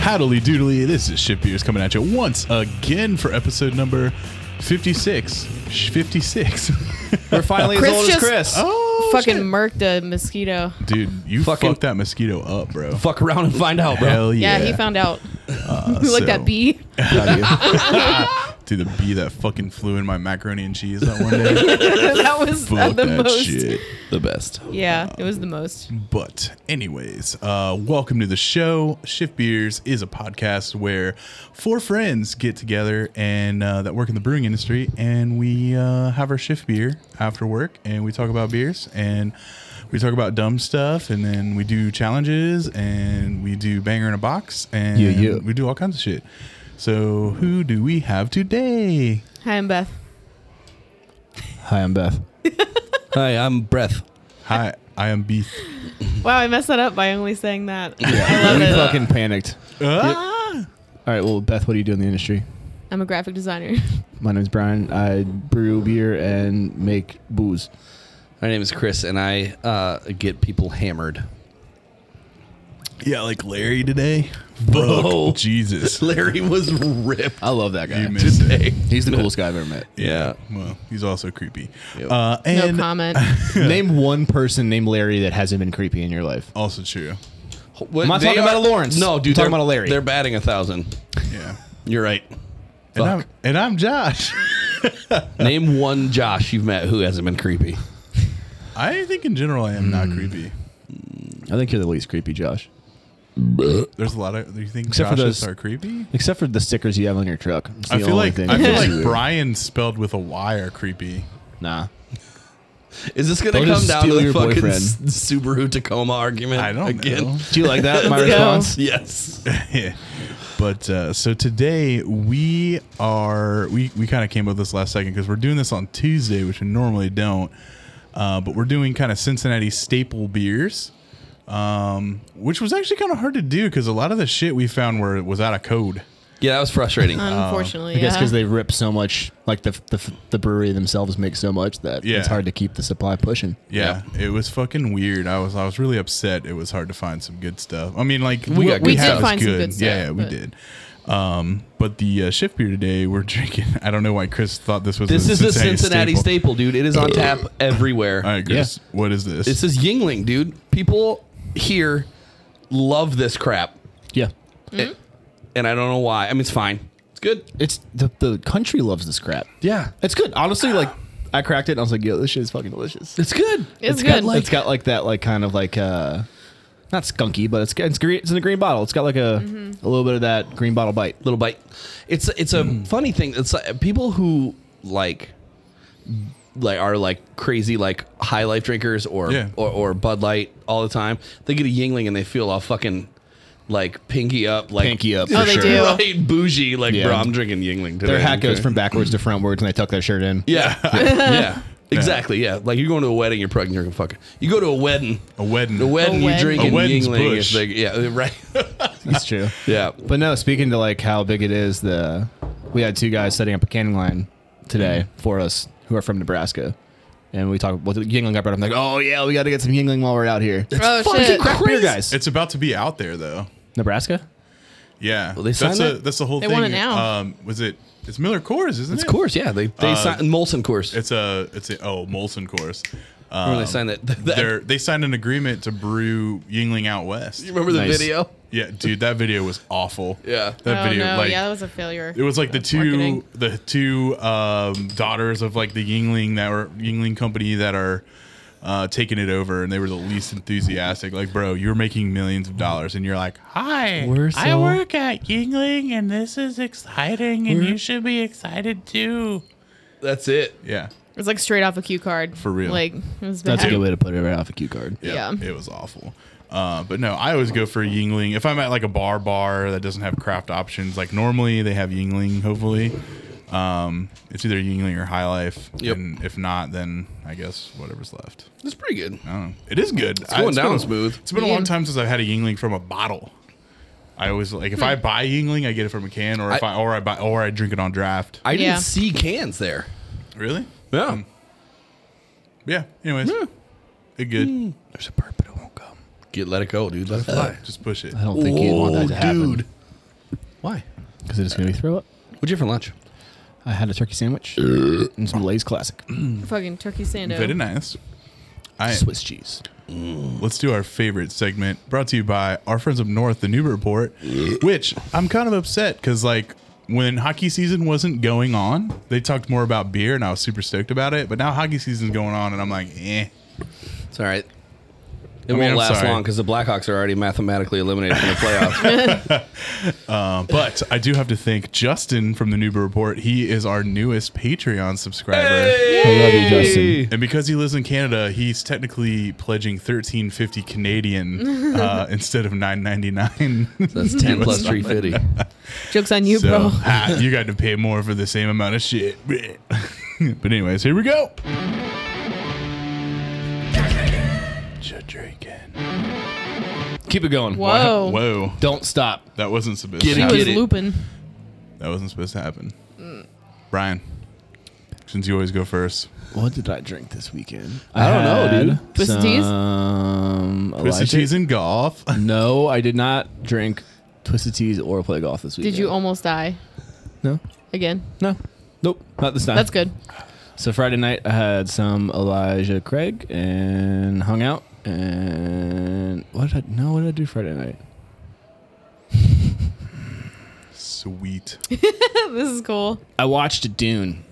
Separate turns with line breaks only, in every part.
Howdly doodly, this is Ship Beers coming at you once again for episode number 56. Sh- 56.
We're finally
Chris
as old
just-
as Chris.
oh,
fucking
shit.
murked a mosquito.
Dude, you
Fucking-
fucked that mosquito up, bro.
Fuck around and find out, bro.
Hell yeah.
Yeah, he found out.
Uh,
We like
so-
that bee.
Dude, the bee that fucking flew in my macaroni and cheese that one day.
that was uh,
Fuck
the
that
most.
shit. Uh, mm.
The best.
Yeah, it was the most.
But, anyways, uh, welcome to the show. Shift Beers is a podcast where four friends get together and uh, that work in the brewing industry, and we uh, have our shift beer after work, and we talk about beers, and we talk about dumb stuff, and then we do challenges, and we do banger in a box, and
Yeah, yeah.
we do all kinds of shit. So, who do we have today?
Hi, I'm Beth.
Hi, I'm Beth.
Hi, I'm Breath.
Hi, I am Beef.
Wow, I messed that up by only saying that.
we
I love it.
fucking panicked.
Ah!
All right, well, Beth, what do you do in the industry?
I'm a graphic designer.
My name's Brian. I brew beer and make booze.
My name is Chris, and I uh, get people hammered.
Yeah, like Larry today.
Bro.
Fuck, Jesus.
Larry was ripped.
I love that guy.
You missed it.
He's the coolest guy I've ever met.
Yeah.
Well, he's also creepy.
Yep.
Uh, and uh,
no comment.
Name one person named Larry that hasn't been creepy in your life.
also true.
What,
I'm not
they
talking about a Lawrence.
No, dude.
I'm talking
they're-
about a Larry.
They're batting a thousand.
Yeah.
You're right.
And
Fuck.
I'm, and I'm Josh.
Name one Josh you've met who hasn't been creepy.
I think in general I am
Hmm.
not creepy.
I think you're the least creepy, Josh.
There's a lot of do you think
Except for
Joshes
those-
are creepy?
Except for the stickers you have on your truck. It's
I
the
feel
only
like
thing
I
that
feel
makes you
like
weird.
Brian spelled with a Y are creepy.
Nah.
Is this gonna
Don't
come
just
down to
steal
the
your
fucking
boyfriend.
S- Subaru Tacoma argument?
I don't
again?
know.
Do you like that? My
Let's go.
response.
Yes.
Yeah. but uh, so today we are we, we kind of came up with this last second because we're doing this on Tuesday, which we normally don't. Uh, but we're doing kind of Cincinnati staple beers, um, which was actually kind of hard to do because a lot of the shit we found were was out of code.
Yeah, that was frustrating.
Unfortunately,
I guess
yeah.
because they rip so much, like the, the the brewery themselves make so much that
Yeah.
it's hard to keep the supply pushing.
Yeah, it was fucking weird. I was I was really upset. It was hard to find some good stuff. I mean, like
We got
what
good
had
stuff.
was
We did find some good stuff,
yeah, yeah, we
but-
did. Um, but the uh, shift beer today we're drinking. I don't know why Chris thought this was
this
a
is the
Cincinnati
Cincinnati
staple.
staple. dude. It is on tap everywhere.
All right, Chris, what is this?
This is Yingling, dude. People here love this crap,
Yeah, Mm-hmm.
It- and I don't know why. I mean, it's fine. It's good.
it's the the country loves this crap.
Yeah,
It's good. Honestly, like I cracked it and I was like, yo, this shit is fucking delicious.
it's good.
it's,
got
good.
like it's got like that like kind of like uh not skunky, but it's got- it's green it's in a green bottle. It's got like a
Mm-hmm.
a little bit of that green bottle bite.
Little bite. It's it's a
Mm.
funny thing. It's like people who like like are like crazy like high life drinkers or,
Yeah.
or or Bud Light all the time. They get a Yingling and they feel all fucking like pinky up, like
Pinky up.
Oh,
for
they
sure.
do.
right bougie. Like
Yeah.
bro, I'm drinking Yingling today.
Their hat goes
Okay.
from backwards to frontwards, and they tuck their shirt in.
Yeah. yeah. Exactly. Yeah. Like you're going to a wedding, you're pregnant, you're going to fuck. You go to a wedding.
a wedding.
The wedding,
A
you drink
wedding. A
in
wedding's
Yingling.
bush.
It's like, yeah, right.
That's true.
yeah.
But no, speaking to like how big it is, the we had two guys setting up a canning line today
Mm-hmm.
for us who are from Nebraska, and we talked. Well, the Yingling got brought up. I'm like, oh yeah, we got to get some Yingling while we're out here.
oh
fucking
shit!
crap.
Craft beer guys,
It's about to be out there though.
Nebraska.
Yeah,
they
that's
signed
a,
it?
that's the whole
They
thing.
want it now.
Um, was it? It's Miller Coors, isn't
It's
it?
course. Yeah. They, they
Uh,
signed Molson course.
It's a it's a oh Molson Coors. Um,
Remember they signed that. that-
they're- they signed an agreement to brew Yingling out west.
you remember the
Nice.
video?
Yeah, dude, that video was awful.
Yeah.
that
oh
video
no!
like
yeah, that was a failure.
it was like the
That's
two
marketing.
the two um, daughters of like the Yingling that were Yingling company that are uh, taking it over, and they were the least enthusiastic. Like, bro, you're making millions of dollars, and you're like, hi,
We're
I
so-
work at Yingling, and this is exciting, and you should be excited too.
That's it.
Yeah,
It was like straight off a cue card.
For real.
Like it was bad.
That's a good way to put it right off a cue card.
yeah,
Yeah.
it was awful. Uh, but no, I always go for a Yingling. If I'm at like a bar bar that doesn't have craft options, like normally they have Yingling. Hopefully, um, it's either Yingling or High Life.
Yep.
And if not, then I guess whatever's left.
It's pretty good.
I don't know. It is good. It's
going down
been-
smooth.
It's been a long time since I've had a Yingling from a bottle. I always like if I buy Yingling, I get it from a can, or if I,
Hmm. I-
or I buy or I drink it on draft.
I didn't
Yeah.
see cans there. Hmm.
really?
Yeah.
Yeah. Anyways,
Hmm.
it good.
There's a burp, but it won't come.
Get let it go, dude. Let it fly.
Just push it.
I don't think you'd want that to happen.
dude. Why?
because it's gonna be throw up.
What'd you have for lunch?
I had a turkey sandwich and some Lay's classic
Fucking turkey sando.
Very nice. I,
Swiss cheese.
let's do our favorite segment brought to you by our friends up north, the Newburyport, which I'm kind of upset because, like, when hockey season wasn't going on, they talked more about beer and I was super stoked about it. But now hockey season's going on and I'm like, eh.
It's all right. It
mean,
won't
I'm
last
sorry.
long because the Blackhawks are already mathematically eliminated from the playoffs.
Uh, but I do have to thank Justin from the Newber Report. He is our newest Patreon subscriber.
I love you, Justin.
And because he lives in Canada, he's technically pledging thirteen fifty Canadian uh, instead of nine ninety nine.
That's ten plus three fifty.
Joke's on you,
so
bro.
ha, you got to pay more for the same amount of shit. but anyways, here we go. Just drinking.
Keep it going.
Whoa.
Whoa,
Don't stop.
that wasn't supposed
Get
to
it,
happen.
He
get
was looping.
That wasn't supposed to happen. Brian, since you always go first,
What did I drink this weekend?
I don't know, dude.
Twisted teas?
Some
Twisted
Elijah-
Cheese and golf.
No, I did not drink twisted teas or play golf this weekend.
Did you almost die
No,
again?
no, nope, not
Uh,
this time.
That's good.
So Friday night I had some Elijah Craig and hung out. And what did I? No, what did I do Friday night?
Sweet.
this is cool.
I watched Dune.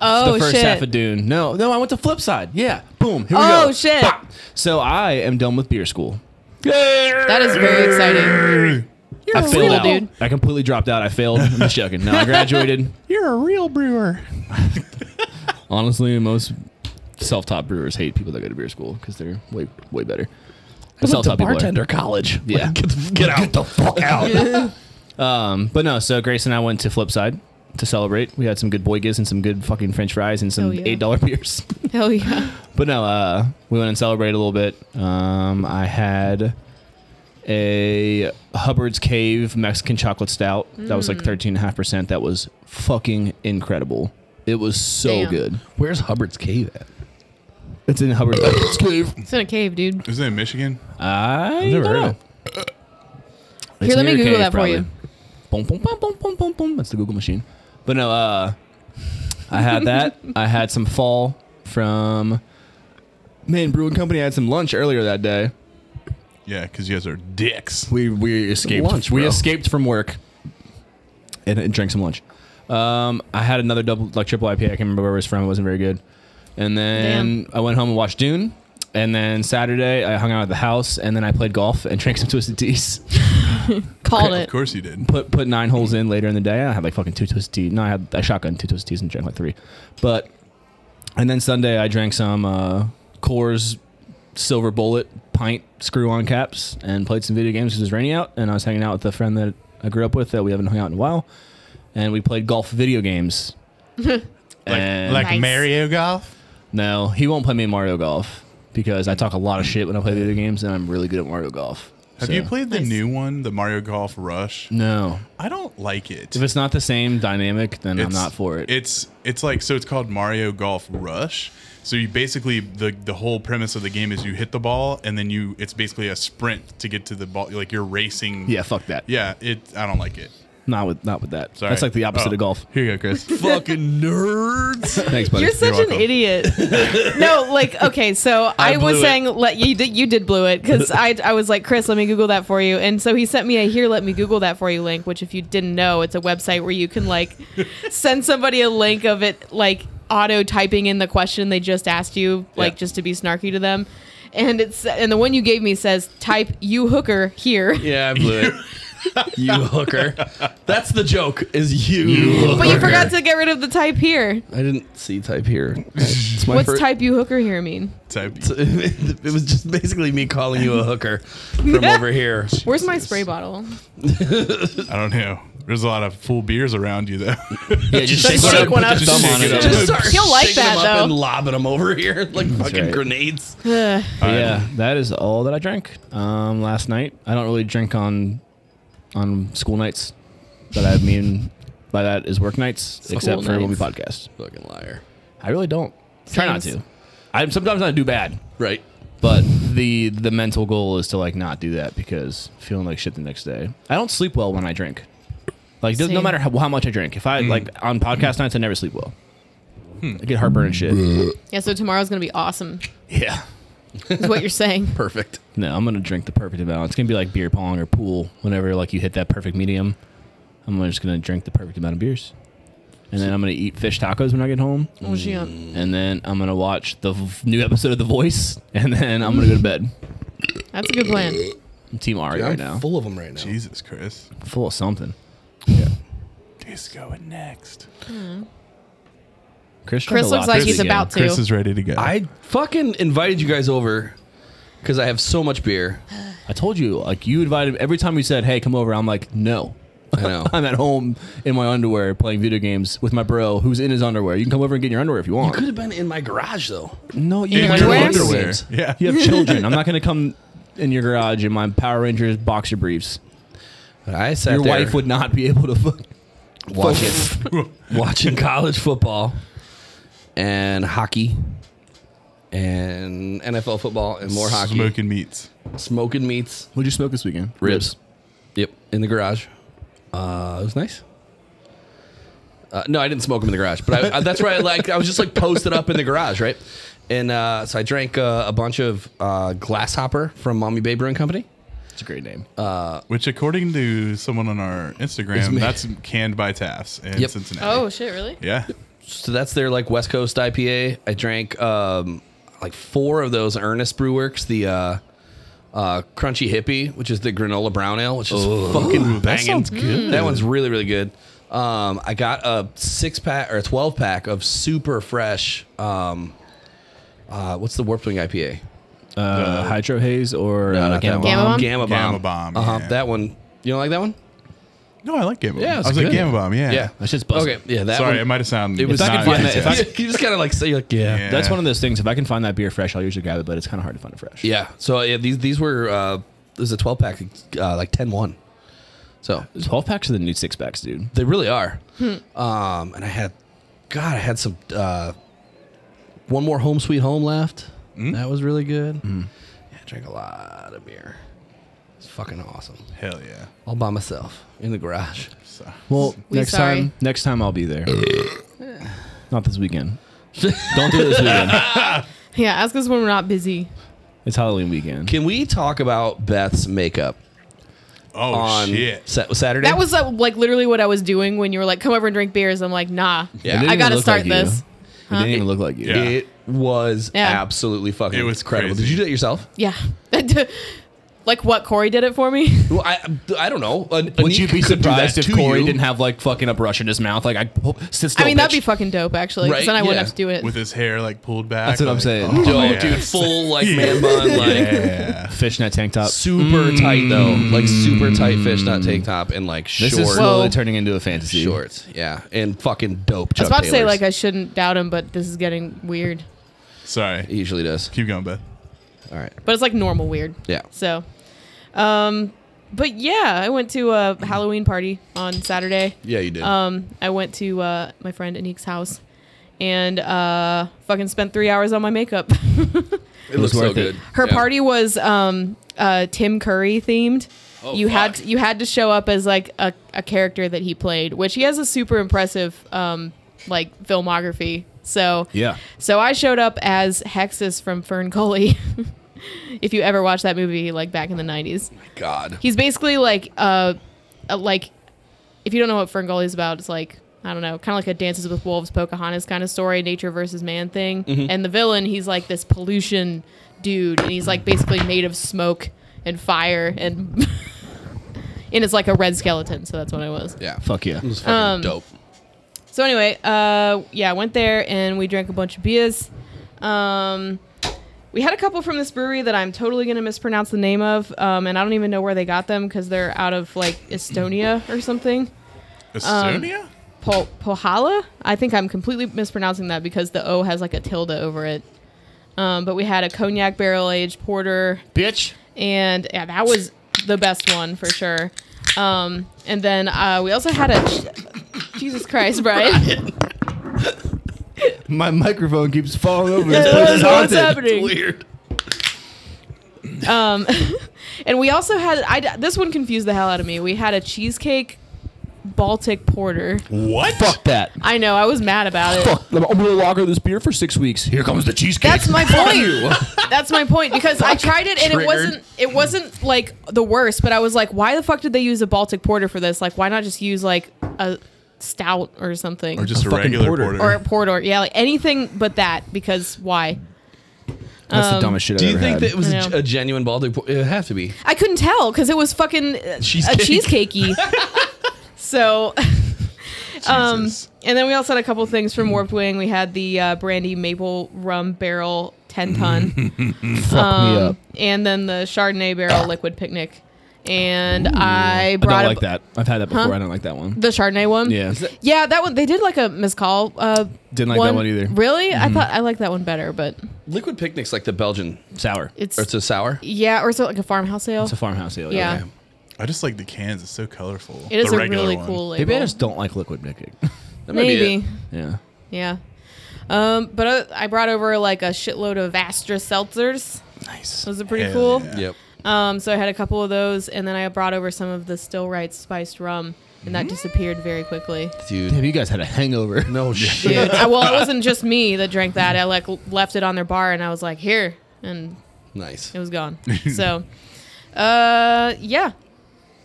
Oh
the first
shit.
half of Dune. No, no, I went to Flipside. Yeah, boom. Here we
Oh,
go.
shit.
Bop. So I am done with beer school.
that is very exciting.
I
a
failed
real
out.
dude.
I completely dropped out. I failed. I'm just joking. No, I graduated.
You're a real brewer.
Honestly, most self-taught brewers hate people that go to beer school because they're way way better. Self-taught people are.
college.
Yeah.
get, get out. Get the fuck out.
Um, but no, so Grace and I went to Flipside to celebrate. We had some good boigas and some good fucking French fries and some
Hell yeah.
eight dollar beers.
Hell yeah.
But no, uh, we went and celebrated a little bit. Um, I had a Hubbard's Cave Mexican chocolate stout that was like thirteen and a half percent. That was fucking incredible. It was so
Damn.
good.
Where's Hubbard's cave at?
It's in Hubbard's Cave.
It's in a cave, dude.
Is it in Michigan?
I
never heard of
It's
Here, let
near
me
your
Google
cave,
that for you.
Boom, boom, boom, boom, boom, boom, boom. That's the Google machine. But no, uh, I had that. I had some fall from Maine Brewing Company. I had some lunch earlier that day.
Yeah, because you guys are dicks.
We we escaped.
Lunch,
we
bro.
escaped from work and, and drank some lunch. Um, I had another double like triple IPA. I can't remember where it was from. It wasn't very good. And then I went home and watched Dune. And then Saturday I hung out at the house. And then I played golf and drank some twisted teas.
Called
Of
it.
course you did.
put put nine holes in later in the day. I had like fucking two twisted teas. No, I had I shotgun two twisted teas and drank like three. But and then Sunday I drank some uh, Coors Silver Bullet pint screw on caps and played some video games because it was raining out. And I was hanging out with a friend that I grew up with that we haven't hung out in a while, and we played golf video games. And-
like
Nice.
Mario Golf?
no, he won't play me in Mario Golf because I talk a lot of shit when I play video games, and I'm really good at Mario Golf.
Have
So-
you played the
Nice.
new one, the Mario Golf Rush?
No.
I don't like it.
If it's not the same dynamic, then I'm
It's-
not for it.
It's it's like so it's called Mario Golf Rush. So you basically the the whole premise of the game is you hit the ball and then you it's basically a sprint to get to the ball. Like you're racing.
yeah, fuck that.
Yeah. It. I don't like it.
Not with not with that.
Sorry.
That's like the opposite
Oh,
of golf.
Here you go, Chris.
Fucking nerds.
Thanks, buddy.
You're such
You're
an
welcome.
idiot. no, like okay, so I, was
blew it.
saying let you did, you did blew it because I I was like Chris, let me Google that for you, and so he sent me a here let me Google that for you link, which if you didn't know, it's a website where you can like send somebody a link of it like auto typing in the question they just asked you, like
Yeah.
just to be snarky to them. And it's and the one you gave me says type you hooker here.
Yeah, I blew it. you hooker. That's the joke. Is you?
But you forgot to get rid of the type here.
I didn't see type here. It's my
What's
fir-
type you hooker here mean?
Type.
It was just basically me calling you a hooker from over here.
Where's my spray bottle?
I don't know. There's a lot of full beers around you though.
yeah, just
shake
shake
one
one
out.
out. Thumb on it.
Just-
Just start
He'll like
shaking
that,
them up
though.
and lobbing them over here like fucking
right.
grenades.
Ugh.
yeah, that is all that I drank um, last night. I don't really drink on on school nights, but I mean by that is work nights, except for when we
nights.
podcast.
Fucking liar.
I really don't try not
Seems-
to. I sometimes I do bad,
Right.
but the the mental goal is to like not do that because feeling like shit the next day. I don't sleep well when I drink. Like does- no
Same.
matter how, how much I drink, if I like on podcast nights, I never sleep well. I get heartburn and shit.
Yeah, so tomorrow's gonna be awesome.
yeah.
Is what you're saying?
Perfect.
No, I'm gonna drink the perfect amount. It's gonna be like beer pong or pool. Whenever like you hit that perfect medium, I'm just gonna drink the perfect amount of beers, and then I'm gonna eat fish tacos when I get home,
Oh, Gian.
and then I'm gonna watch the v- new episode of The Voice, and then I'm gonna go to bed.
That's a good plan.
I'm Team Ari
I'm
right now, full,
full of them right now.
Jesus, Chris.
of something.
He's going next.
Chris, tried
Chris
a
looks
lot
like
this
he's
weekend.
about to.
Chris is ready to go.
I fucking invited you guys over because I have so much beer.
I told you, like you invited every time you said, "Hey, come over," I'm like, "No."
I know.
I'm at home in my underwear playing video games with my bro who's in his underwear. You can come over and get in your underwear if you want.
Could have been in my garage though.
No, you
In
have
your
children.
underwear. Yeah.
You have children. I'm not going to come in your garage in my Power Rangers boxer briefs.
But I sat
your
there
wife would not be able to. Fuck.
watching watching college football and hockey and NFL football and more hockey, smoking,
Smoking meats.
meats,
What'd you smoke this weekend?
ribs. Yep, in the garage. Uh, it was nice. Uh, no, I didn't smoke them in the garage, but I, I- that's where I like. I was just like posted up in the garage, right? And uh, so I drank uh, a bunch of uh, Glasshopper from Mommy Bay Brewing Company.
It's a great name.
Which, according to someone on our
Is
Instagram,
made-
that's canned by Taft's in
Yep.
Cincinnati.
Oh shit, really?
yeah.
So that's their like West Coast IPA. I drank um, like four of those Ernest Brewworks, the uh, uh, Crunchy Hippie, which is the granola brown ale, which is fucking
Ooh, that
banging.
sounds good.
Mm.
That one's really really good. Um, I got a six pack or a twelve pack of super fresh. Um, uh, what's the Warped Wing IPA?
Uh, Hydro Haze or uh,
not that
Gamma Bomb?
Gamma Bomb?
Gamma Bomb.
Gamma Bomb,
Uh-huh.
yeah.
That one. You don't like that one?
No, I like Gamma Bomb.
Yeah,
I
it's
was like
good.
Gamma Bomb. Yeah.
Yeah.
That shit's busted.
Okay. Yeah. That
Sorry,
one.
it might have sounded.
If I
not
could find
good.
that- if I could-
you just kind of like say like yeah.
Yeah.
That's one of those things. If I can find that beer fresh, I'll usually grab it, but it's kind of hard to find it fresh.
Yeah. So yeah, these these were uh, there's a 12 pack uh, like 10 1. So
12 packs are the new six packs, dude.
they really are.
Hmm.
Um, and I had, God, I had some uh, one more home sweet home left.
Hmm?
That was really good. Yeah, I drank a lot of beer. It's fucking awesome.
Hell yeah.
All by myself in the garage.
So,
Well,
We
next
sorry.
time, next time I'll be there. not this weekend. Don't do it this weekend.
Yeah, ask us when we're not busy.
It's Halloween weekend.
Can we talk about Beth's makeup
oh
on
shit.
Sa- Saturday?
That was uh, like literally what I was doing when you were like, "Come over and drink beers." I'm like, "Nah,
Yeah. It didn't
I
even
gotta
look
start
like you.
this."
It didn't even look like you.
Yeah.
It was
Yeah.
absolutely fucking
It was
incredible.
crazy.
Did you do that yourself?
Yeah, like what Corey did it for me.
Well, I I don't know. An-
Would you
Anik
be
could do that
surprised if
to
Corey
you.
didn't have like fucking a brush in his mouth? Like I oh, sit still.
I mean,
bitch.
that'd be fucking dope actually. 'cause
Right,
Then I
yeah.
wouldn't have to do it.
With his hair like pulled back.
That's what I'm
like,
saying.
Oh,
Yo,
yeah.
dude, full like man bun, like
Yeah.
fishnet tank top.
super
Mm.
tight though, like super tight fish, not tank top, and like
This
short
is slowly
Well-
turning into a fantasy.
shorts, yeah, and fucking dope. Chuck
I was about to say
Taylors.
like I shouldn't doubt him, but this is getting weird.
Sorry.
He usually does.
Keep going, Beth.
All right,
But it's like normal weird.
yeah.
So, um, but yeah, I went to a Halloween party on Saturday.
Yeah, you did.
Um, I went to uh, my friend Anik's house and uh, fucking spent three hours on my makeup.
it looks
was
so
worth it.
good.
Her
Yeah.
party was um, uh, Tim Curry themed.
Oh,
you had
fuck.
you had to show up as like a, a character that he played, which he has a super impressive um, like filmography. So
Yeah.
so I showed up as Hexus from Fern Gully. if you ever watched that movie, like back in the '90s,
God.
he's basically like uh, a, like if you don't know what Fern Gully is about, it's like I don't know, kind of like a Dances with Wolves, Pocahontas kind of story, nature versus man thing. And the villain, he's like this pollution dude, and he's like basically made of smoke and fire, and and it's like a red skeleton. So that's what I was.
Yeah,
Fuck yeah.
It was fucking
Um,
dope.
So anyway, uh, yeah, I went there and we drank a bunch of beers. Um, we had a couple from this brewery that I'm totally gonna mispronounce the name of, um, and I don't even know where they got them because they're out of like Estonia or something. Um,
Estonia?
Po- Pohala. I think I'm completely mispronouncing that because the O has like a tilde over it. Um, but we had a cognac barrel aged porter,
Bitch.
and yeah, that was the best one for sure. Um, and then uh, we also had a Jesus Christ, Brian.
My microphone keeps falling over. This place
What's
is
what's
haunted.
happening?
Weird.
Um, and we also had I this one confused the hell out of me. We had a cheesecake Baltic Porter.
What?
Fuck that.
I know. I was mad about it.
Fuck. I'm gonna lager this beer for six weeks. Here comes the cheesecake.
That's my point. That's my point because I tried it and
Triggered.
it wasn't it wasn't like the worst, but I was like, why the fuck did they use a Baltic Porter for this? Like, why not just use like a stout or something
Or just a,
fucking
regular
porter.
porter.
or a porter? Yeah, like anything but that because why?
That's
um,
the dumbest shit
Do
I've
you
ever
think
had.
that it was
I
a,
know.
a genuine Baltic? Por- It would have to be.
I couldn't tell because it was fucking uh,
Cheesecake.
a cheesecakey. so, um,
Jesus.
and then we also had a couple things from Warped Wing. We had the uh, brandy maple rum barrel ten
Mm-hmm.
ton,
fuck
um,
me up?
and then the Chardonnay barrel liquid picnic. And I
I
brought
don't
up
like that. I've had that before.
Huh?
I don't like that one.
the Chardonnay one.
Yeah.
yeah, that one they did like a mezcal. Uh,
Didn't like that one either. Mm-hmm.
Really, I thought I liked that one better, but
Liquid picnics like the Belgian,
Sour.
it's,
or it's a sour.
yeah, or is it like a farmhouse ale?
It's a farmhouse ale.
yeah,
okay.
I just like the cans. It's so colorful.
it is
the
a
regular
really
one.
cool label.
Maybe I just don't like liquid picnic.
That might be
Maybe.
it.
yeah.
Yeah. Um, but uh, I brought over like a shitload of Astra seltzers.
Nice.
Those are pretty
Hell
cool.
yeah.
Yep.
Um, so I had a couple of those, and then I brought over some of the Still Right spiced rum, and that disappeared very quickly.
Dude.
Damn, you guys had a hangover.
No shit.
I, well, it wasn't just me that drank that. I like l- left it on their bar, and I was like, "Here," and
Nice.
it was gone. so, uh, yeah.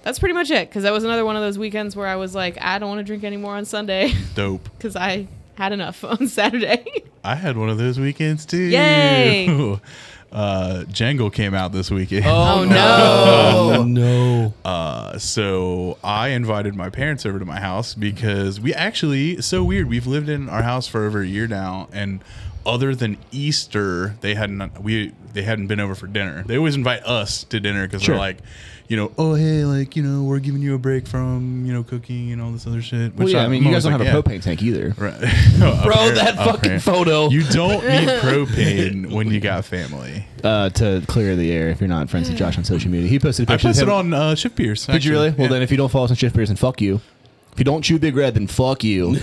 That's pretty much it, because that was another one of those weekends where I was like, I don't want to drink anymore on Sunday,
Dope.
because I had enough on Saturday.
I had one of those weekends too.
Yay.
Uh, Django came out this weekend.
oh no!
Oh no.
Uh, so I invited my parents over to my house because we actually it's so weird. We've lived in our house for over a year now, and other than Easter, they hadn't we they hadn't been over for dinner. They always invite us to dinner because
Sure.
they're like, you know, oh hey, like you know, we're giving you a break from you know cooking and all this other shit.
Well,
which
yeah, I
I'm
mean, you guys
always
don't
like,
have
"Yeah."
a propane tank either.
Right.
Bro, that fucking photo.
You don't need propane when you got family.
Uh, to clear the air, if you're not friends with Josh on social media, he posted
I
pictures.
posted
of
on
him.
uh, Shift Beers.
Did you
actually.
really? Well,
Yeah.
then if you don't follow us on Shift Beers, then fuck you. If you don't chew Big Red, then fuck you.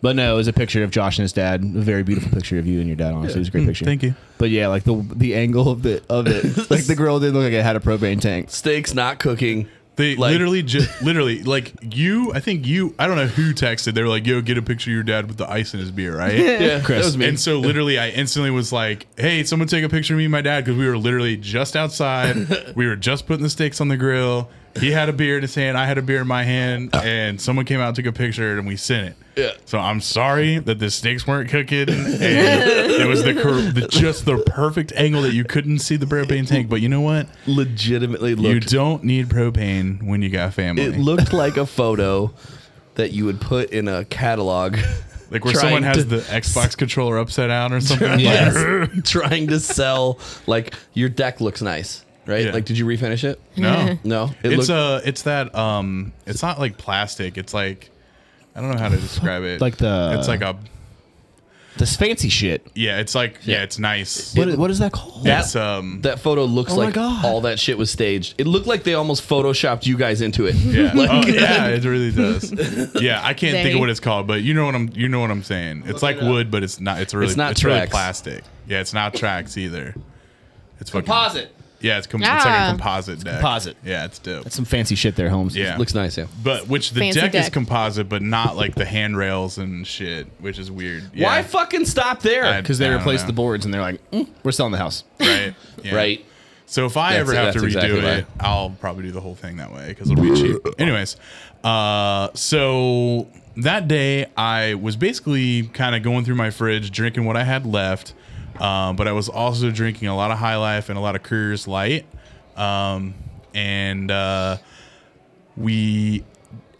but no, it was a picture of Josh and his dad. A very beautiful picture of you and your dad. Honestly, it was a great picture.
Mm, thank you.
But yeah, like the the angle of the of it, like the girl did look like it had a propane tank.
Steaks not cooking.
They
Like-
literally just literally like you. I think you. I don't know who texted. They were like, "Yo, get a picture of your dad with the ice in his beer, right?"
Yeah,
Chris.
that was me.
And so literally, I instantly was like, "Hey, someone take a picture of me and my dad," because we were literally just outside. we were just putting the steaks on the grill. He had a beer in his hand. I had a beer in my hand, and someone came out, took a picture, and we sent it.
Yeah.
So I'm sorry that the steaks weren't cooking, and it was the, cor- the just the perfect angle that you couldn't see the propane tank. But you know what?
legitimately
You
looked.
don't need propane when you got family.
it looked like a photo that you would put in a catalog.
Like where
trying
someone has
to-
the Xbox controller upside down or something.
Yes. trying to sell like your deck looks nice, right?
Yeah.
Like, did you refinish it?
No.
No, it
It's
looked-
uh it's that um it's not like plastic, it's like I don't know how to describe it.
Like the-
It's like a
This fancy shit.
yeah, it's like yeah, it's nice.
What, what is that called?
That-
It's um
That photo looks
Oh my
like
God.
all that shit was staged. It looked like they almost photoshopped you guys into it.
yeah.
Like,
oh, yeah, it really does. Yeah, I can't think
They-
of what it's called, but you know what I'm you know what I'm saying. It's like wood, but it's not it's really
It's not
really
tracks.
plastic. Yeah, it's not tracks either. It's fucking
Composite.
Yeah, it's, com- it's like
Ah.
a composite deck.
composite.
Yeah, it's dope.
That's some fancy shit there, Holmes.
yeah.
Looks nice, yeah.
But which the
Fancy
deck, is
deck.
composite, but not like the handrails and shit, which is weird. Yeah.
Why fucking stop there?
I-
Because they
I don't
replaced
know.
the boards and they're like, "Mm, we're selling the house.
Right. Yeah.
Right.
So if I
That's-
ever have to redo
that's exactly
it, I'll probably do the whole thing that way because it'll be cheap. Anyways, uh, so that day I was basically kind of going through my fridge, drinking what I had left, um, but I was also drinking a lot of High Life and a lot of Coors Light, um, and uh, we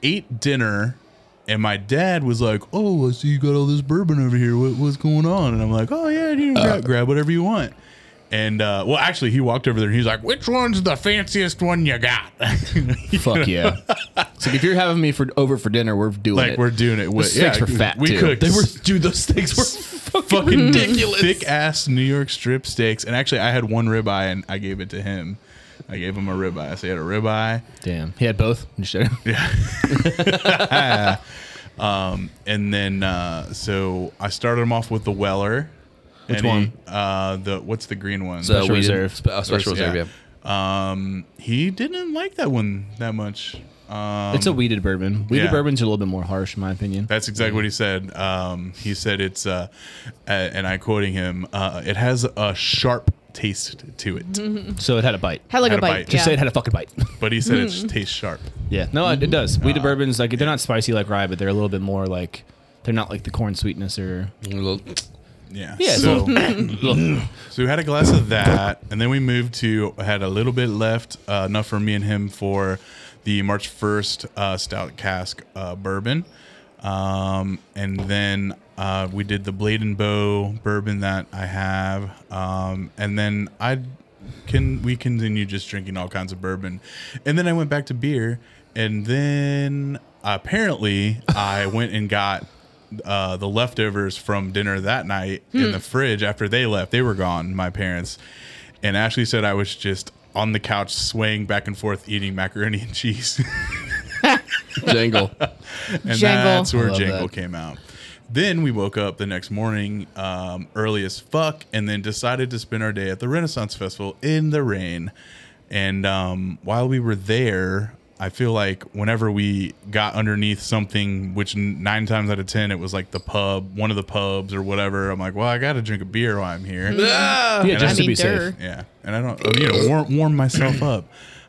ate dinner. And my dad was like, "Oh, I see you got all this bourbon over here. What, what's going on?" And I'm like, "Oh yeah, dude,
Uh.
grab, grab whatever you want." And uh, well, actually, he walked over there and he's like, "Which one's the fanciest one you got?"
Fuck yeah. so if you're having me for over for dinner, we're doing
like
it.
we're doing it. with
The steaks were fat,
We
too.
cooked.
They were dude, those steaks were fucking
fucking
ridiculous.
thick ass New York strip steaks. And actually, I had one ribeye and I gave it to him. I gave him a ribeye. So he had a ribeye.
Damn. He had both. I'm just joking.
Um, and then uh, so I started him off with the Weller. Which
one?
uh, the what's the green one?
So we did-
Reserve.
spe- uh, special reserve, yeah.
Um, he didn't like that one that much. Um,
it's a weeded bourbon. Weeded
yeah.
bourbons are a little bit more harsh, in my opinion.
That's exactly what he said. Um, he said it's, uh, a- and I quoting him, uh, it has a sharp taste to it.
So it had a bite.
Had like
Had a
a bite.
bite.
Just
yeah.
say it had a fucking bite.
But he said it tastes sharp.
yeah. No, it, it does. Weeded bourbons, like they're not spicy like rye, but they're a little bit more like they're not like the corn sweetness or
Yeah.
yeah.
So,
so
so we had a glass of that, and then we moved to had a little bit left, uh, enough for me and him for the March first uh, stout cask uh, bourbon, um, and then uh, we did the Blade and Bow bourbon that I have, um, and then I can we continue just drinking all kinds of bourbon, and then I went back to beer, and then apparently I went and got uh, the leftovers from dinner that night in the fridge after they left. They were gone, my parents. And Ashley said I was just on the couch swaying back and forth eating macaroni and cheese.
Jangle.
and
Jangle.
that's where
I love
Jangle
that.
came out. Then we woke up the next morning um, early as fuck and then decided to spend our day at the Renaissance Festival in the rain. And um, while we were there, I feel like whenever we got underneath something, which n- nine times out of 10, it was like the pub, one of the pubs or whatever, I'm like, well, I got to drink a beer while I'm here.
Ah!
yeah, just
I mean,
to be
durr.
safe.
Yeah, and I don't, you know, warm, warm myself up.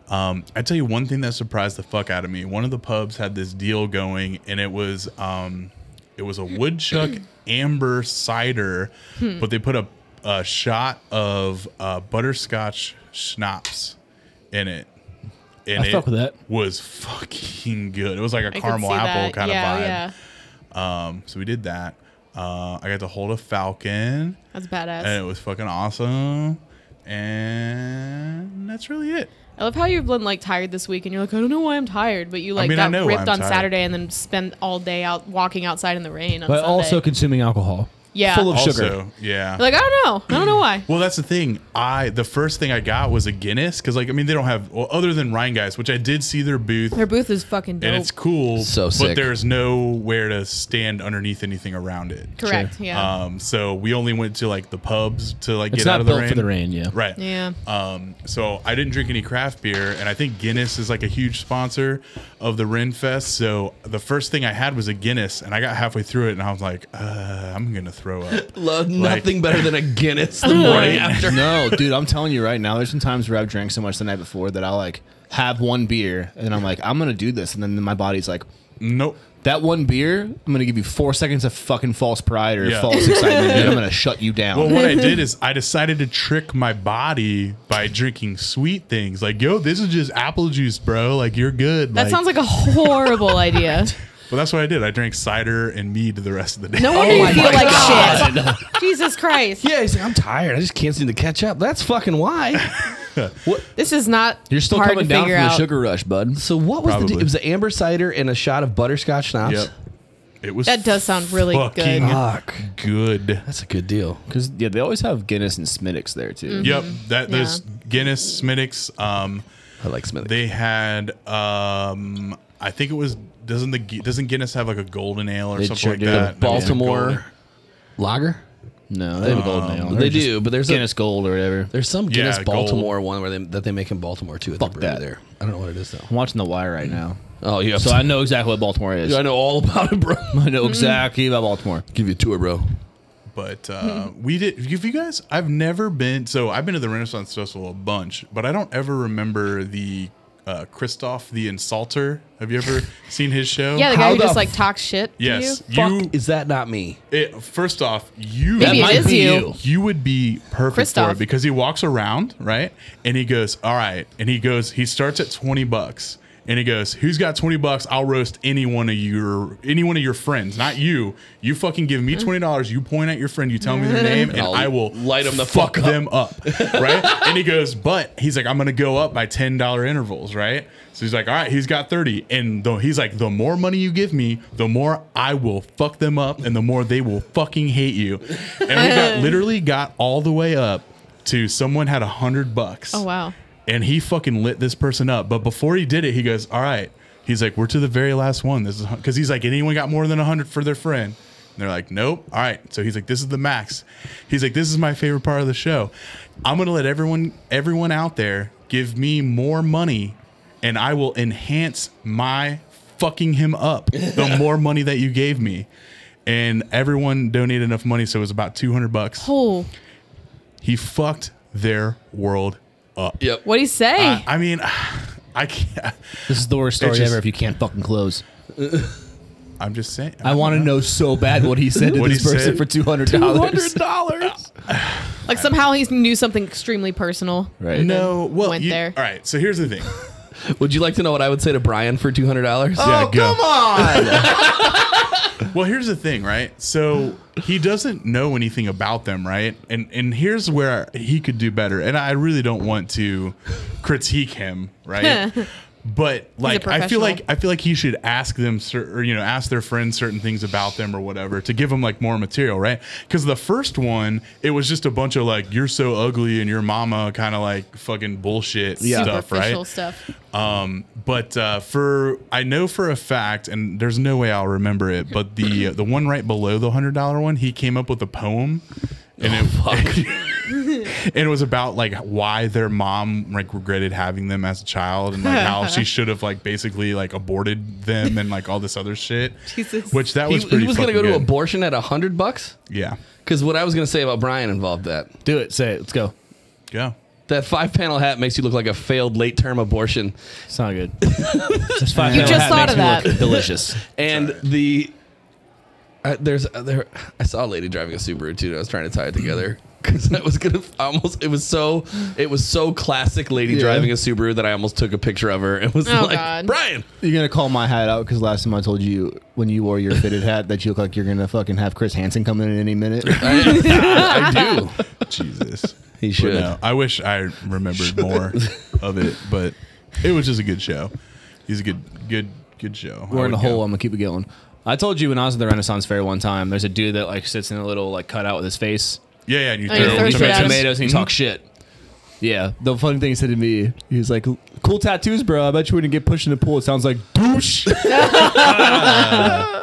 Um, I tell you one thing that surprised the fuck out of me. One of the pubs had this deal going, and it was, um, it was a woodchuck amber cider,
Hmm.
but they put a, a shot of uh, butterscotch schnapps in it. And
I fuck with that.
was fucking good. It was like a
I could
caramel
see
apple
that.
kind
yeah,
of vibe.
Yeah,
Um, so we did that. Uh, I got to hold a falcon
that's badass.
and it was fucking awesome. And that's really it.
I love how you've been like tired this week, and you're like, I don't know why I'm tired, but you like
mean, I
got
know why
ripped
I'm
on
tired.
Saturday and then spent all day out walking outside in the rain. On
But
Sunday.
Uh, also consuming alcohol.
Yeah.
Full of sugar.
Also, yeah.
You're like I don't know, I don't know why.
well, that's the thing. I the first thing I got was a Guinness because, like, I mean, they don't have well, other than Rhine guys, which I did see their booth
Their booth is fucking dope.
and it's cool.
So
But
sick.
there's nowhere to stand underneath anything around it.
correct.
Sure.
Yeah,
Um, so we only went to like the pubs to like
It's
get out
not
of the
built
rain.
for the rain, yeah.
Right.
yeah.
Um, so I didn't drink any craft beer, and I think Guinness is like a huge sponsor of the Ren Fest. So the first thing I had was a Guinness, and I got halfway through it, and I was like, uh, I'm gonna throw up.
Love nothing better than a Guinness the morning after.
no, dude, I'm telling you right now, there's some times where I've drank so much the night before that I'll like have one beer and I'm like, I'm gonna do this, and then my body's like,
nope.
that one beer, I'm gonna give you four seconds of fucking false pride or
Yeah.
false excitement, and I'm gonna shut you down.
Well, what I did is I decided to trick my body by drinking sweet things. Like, yo, this is just apple juice, bro. Like, you're good.
That sounds like a horrible idea.
Well, that's what I did. I drank cider and mead the rest of the day.
Oh
No wonder you
my
feel
God.
like shit. Jesus Christ.
Yeah, he's like, I'm tired. I just can't seem to catch up. That's fucking why.
This is not
You're still
hard
coming
to
down from
figure
the
out.
sugar rush, bud.
So what was the?
Probably.
It was the amber cider and a shot of butterscotch schnapps.
Yep. It was
That does sound really
fucking
good.
Fuck.
Good.
That's a good deal.
Because yeah, they always have Guinness and Smittix there too.
Mm.
Yep. That there's Guinness, Smittix. Um,
I like Smith.
They had, um, I think it was doesn't the Gu- doesn't Guinness have like a golden ale or
They
something
sure
like
do.
that?
The
That was a
Baltimore-
golden-
Lager.
No, they have a golden ale.
They do, but there's
Guinness Gold or whatever.
a, there's some Guinness
Yeah, gold.
Baltimore one where they that they make in Baltimore too. At
Fuck
the brewery
that.
there. I don't know what it is though.
I'm watching The Wire right now,
Oh yeah.
so I know exactly what Baltimore is.
I know all about it, bro.
I know exactly about Baltimore.
Give you a tour, bro.
But uh, we did. If you guys, I've never been. So I've been to the Renaissance Festival a bunch, but I don't ever remember the uh, Christoph the Insulter. Have you ever seen his show?
Yeah, the
How
guy who
the
just like talks shit. to
Yes,
you.
you.
Fuck, is that not me?
it, first off, you.
Maybe
might
it is
be
you.
you.
you would be perfect for
Christoph.
it because he walks around, right? And he goes, "All right," and he goes, he starts at twenty bucks, and he goes, "Who's got twenty bucks? I'll roast any one of your any one of your friends, not you. You fucking give me twenty dollars. You point at your friend, you tell me their name, and
I'll
I will
light 'em the
fuck,
fuck up.
them up, right?" and he goes, "But he's like, I'm gonna go up by ten dollar intervals, right?" So he's like, "All right, he's got thirty, and the, he's like, the more money you give me, the more I will fuck them up, and the more they will fucking hate you." And we got literally got all the way up to someone had a hundred bucks.
Oh wow.
And he fucking lit this person up. But before he did it, he goes, "All right." He's like, "We're to the very last one." This is because he's like, "Anyone got more than a hundred for their friend?" And they're like, "Nope." All right. So he's like, "This is the max." He's like, "This is my favorite part of the show. I'm gonna let everyone, everyone out there, give me more money." and I will enhance my fucking him up the more money that you gave me. And everyone donated enough money, so it was about 200 bucks.
Oh,
He fucked their world up.
Yep.
what do you say?
I, I mean, I can't.
This is the worst story
It's just-
ever. If you can't fucking close,
I'm just saying.
I want to know so bad what he said to
What
this
he
person
said?
for two hundred dollars.
dollars.
like somehow he knew something extremely personal.
Uh-huh. Right.
and then
No, well,
went
you-
there.
all right. So here's the thing.
Would you like to know what I would say to Brian for two hundred dollars? Oh,
Yeah, go.
on!
Well, here's the thing, right? So he doesn't know anything about them, right? And and here's where he could do better. And I really don't want to critique him, right? but like I feel
professional.
like I feel like he should ask them cer- or you know ask their friends certain things about them or whatever to give them like more material, right? Because the first one it was just a bunch of like you're so ugly and your mama kind of like fucking bullshit stuff,
Superficial
right?
stuff.
Um, but uh, for I know for a fact, and there's no way I'll remember it, but the the one right below the hundred dollar one, he came up with a poem, and it
Oh,
and it was about like why their mom like regretted having them as a child and like how she should have like basically like aborted them and like all this other shit.
Jesus.
Which that
He
was
he
pretty.
was gonna go to
fucking good.
abortion at hundred bucks.
Yeah,
Because what I was gonna say about Brian involved that.
Do it. Say it. Let's go.
yeah.
That five panel hat makes you look like a failed late term abortion.
It's not good. This five
You
pound
just
hat
thought of
makes me
that.
look Delicious.
And the uh, there's uh, there I saw a lady driving a Subaru too. And I was trying to tie it together because I was gonna almost. It was so it was so classic lady
Yeah.
driving a Subaru that I almost took a picture of her and was
Oh,
like,
God.
Brian,
You're gonna call my hat out because last time I told you when you wore your fitted hat that you look like you're gonna fucking have Chris Hansen come in at any minute.
I, I do.
Jesus.
He should.
But no, I wish I remembered more of it, but it was just a good show. He's a good, good, good show. I
We're in the
would go.
hole. I'm gonna keep it going. I told you when I was at the Renaissance Fair one time. There's a dude that like sits in a little like cutout with his face.
Yeah, yeah. And you
Oh, you
throw
throw
He
shit at
throws
him.
tomatoes and he talks shit. Yeah, the funny thing he said to me, he was like, "Cool tattoos, bro. I bet you wouldn't get pushed in the pool. It sounds like douche." I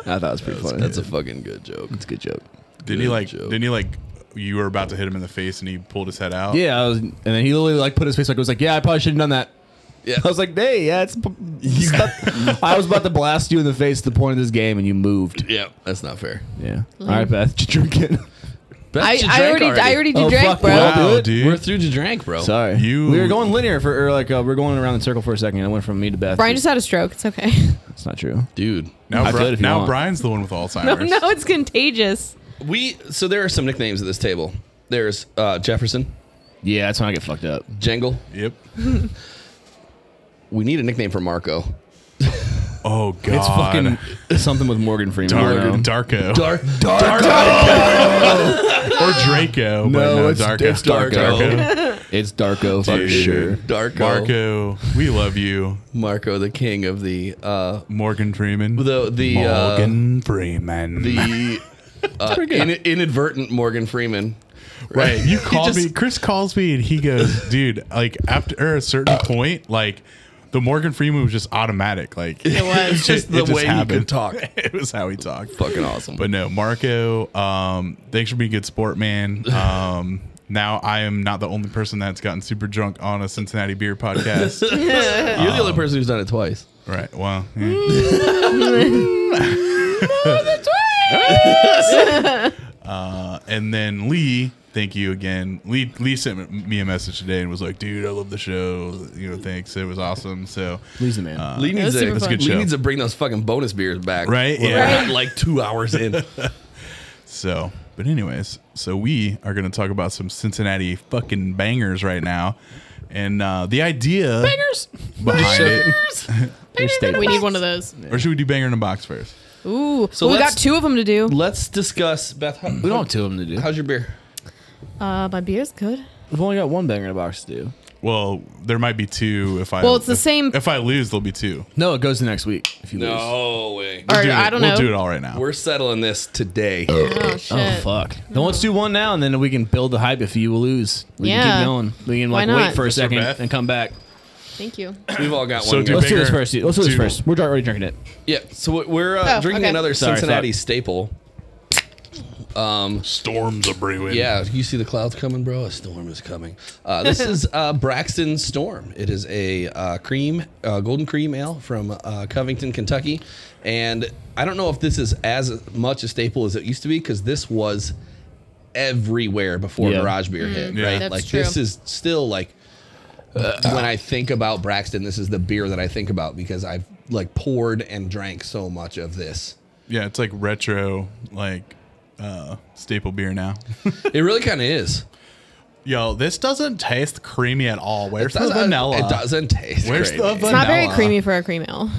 thought it was pretty funny.
That's a fucking good joke.
It's a good joke.
Didn't he
Good
like?
joke.
Didn't he like? You were about to hit him in the face, and he pulled his head out.
Yeah, I was, and then he literally like put his face like it was like, "Yeah, I probably shouldn't have done that."
Yeah.
I was like, "Hey, yeah, it's." I was about to blast you in the face at the point of this game, and you moved.
Yeah, that's not fair.
Yeah.
Mm-hmm.
All right, Beth, you drinking?
Beth,
I,
you
I
drank
already, I already did
Oh,
drank,
fuck,
bro.
well,
Wow,
I'll do
dude.
We're through to drink, bro.
Sorry,
You-
We were going linear for, or like uh, we are going around in a circle for a second. and It went from me to Beth.
Brian just had a stroke. It's okay.
It's not true.
Dude,
Now,
I
Bri-
could if you
now
want.
Brian's the one with
no,
Alzheimer's.
no, it's contagious.
we so there are some nicknames at this table. There's uh, Jefferson,
Yeah, that's when I get fucked up.
Jangle.
Yep.
We need a nickname for Marco.
Oh God.
It's fucking something with Morgan Freeman.
Dar-
I don't know.
Darko
Dark,
or Draco. but no, Darko.
it's Darko.
Darko.
It's Darko for
Dude.
sure.
Darko, Marco.
Marco, we love you,
Marco, the king of the uh,
Morgan Freeman.
the the uh,
Morgan Freeman.
the uh, in, inadvertent Morgan Freeman.
Right. You call
just-
me. Chris calls me and he goes, dude, like after a certain point, like the Morgan Freeman was just automatic. Like it
was. It's just the way he could talk.
it was how he talked.
Fucking awesome.
But no, Marco, um, thanks for being a good sport, man. Um, now I am not the only person that's gotten super drunk on a Cincinnati beer podcast.
You're the only person who's done it twice.
right. Well, eh.
Mm.
Uh, and then Lee, thank you again. Lee Lee sent me a message today and was like, "Dude, I love the show. You know, thanks. It was awesome." So,
Lee's the man.
Lee needs,
was super
to,
That's a good
Lee
show.
needs to bring those fucking bonus beers back.
Right?
When
Yeah.
we're
Right.
not like two hours in.
so, but anyways, so we are going to talk about some Cincinnati fucking bangers right now, and uh, the idea bangers behind it,
Your staple.
We need one of those.
or should we do banger in a box first?
Ooh,
So
we got
let's-
two of them to do.
Let's discuss Beth. How,
We don't have two of them to do.
How's your beer?
Uh, my beer's good.
We've only got one banger in a box to do.
Well, there might be two if I.
Well, it's the
if-
same-
If I lose, there'll be two.
No, it goes to next week if you lose.
No way.
Or
Do it-
I don't
we'll
know.
do it all right now.
We're settling this today.
Oh shit.
Oh fuck! Then let's do one now, and then we can build the hype. If you lose, we can
Yeah.
keep going. We can like
Why
wait
not?
for a
Mr.
second
Beth?
and come back.
Thank you.
We've all got
So
one.
do
guy.
Let's do this
Banger,
first. dude. Let's do this
two.
first. We're already drinking it.
Yeah. So we're uh,
Oh,
drinking
okay.
another
Sorry,
Cincinnati
fuck.
staple. Um,
Storms are brewing.
yeah, you see the clouds coming, bro. A storm is coming. Uh, this is uh, Braxton Storm. It is a uh, cream, uh, golden cream ale from uh, Covington, Kentucky, and I don't know if this is as much a staple as it used to be because this was everywhere before
Yeah.
garage beer hit.
Yeah.
Right?
Mm-hmm. That's
like
true.
this is still like uh, when I think about Braxton, this is the beer that I think about because I've like poured and drank so much of this.
Yeah, it's like retro, like uh, staple beer now.
It really kind of is.
Yo, this doesn't taste creamy at all. Where's the
Doesn't-
vanilla?
It doesn't taste.
Where's
great.
the
It's not very
vanilla?
creamy for a cream ale,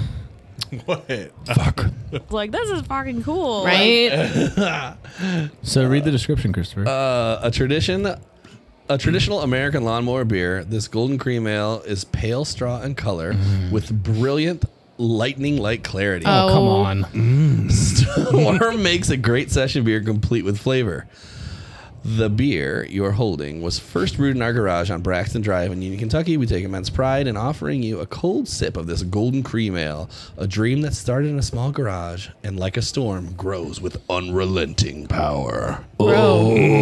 What?
Fuck.
Like this is fucking cool.
right?
So read the description, Christopher.
Uh, a tradition, a traditional American lawnmower beer. This golden cream ale is pale straw in color
Mm.
with brilliant lightning-like clarity.
Oh.
Come on.
Storm makes a great session beer complete with flavor. The beer you're holding was first brewed in our garage on Braxton Drive in Union, Kentucky. We take immense pride in offering you a cold sip of this golden cream ale, a dream that started in a small garage and, like a storm, grows with unrelenting power.